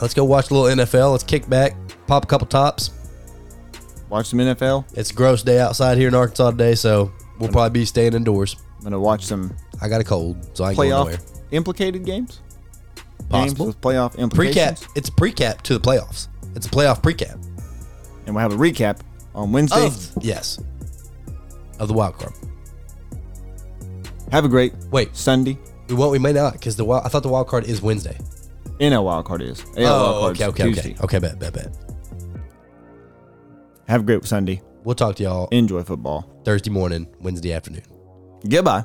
D: Let's go watch a little NFL. Let's kick back, pop a couple tops.
C: Watch some NFL.
D: It's a gross day outside here in Arkansas today, so we'll probably be staying indoors.
C: I'm gonna watch some
D: I got a cold, so I ain't going
C: playoff
D: nowhere.
C: implicated games.
D: Possible.
C: Games with playoff implications.
D: Pre-cap. It's pre-cap to the playoffs. It's a playoff pre-cap.
C: and we'll have a recap on Wednesday.
D: Of, yes. Of the wild card.
C: Have a great
D: Wait.
C: Sunday.
D: We won't. We may not because the wild, I thought the wild card is Wednesday.
C: NL wild card is. AL wild card's
D: Oh, okay, okay,
C: Tuesday.
D: okay, okay. Bet, bet, bet.
C: Have a great Sunday.
D: We'll talk to y'all
C: Enjoy football.
D: Thursday morning, Wednesday afternoon.
C: Goodbye.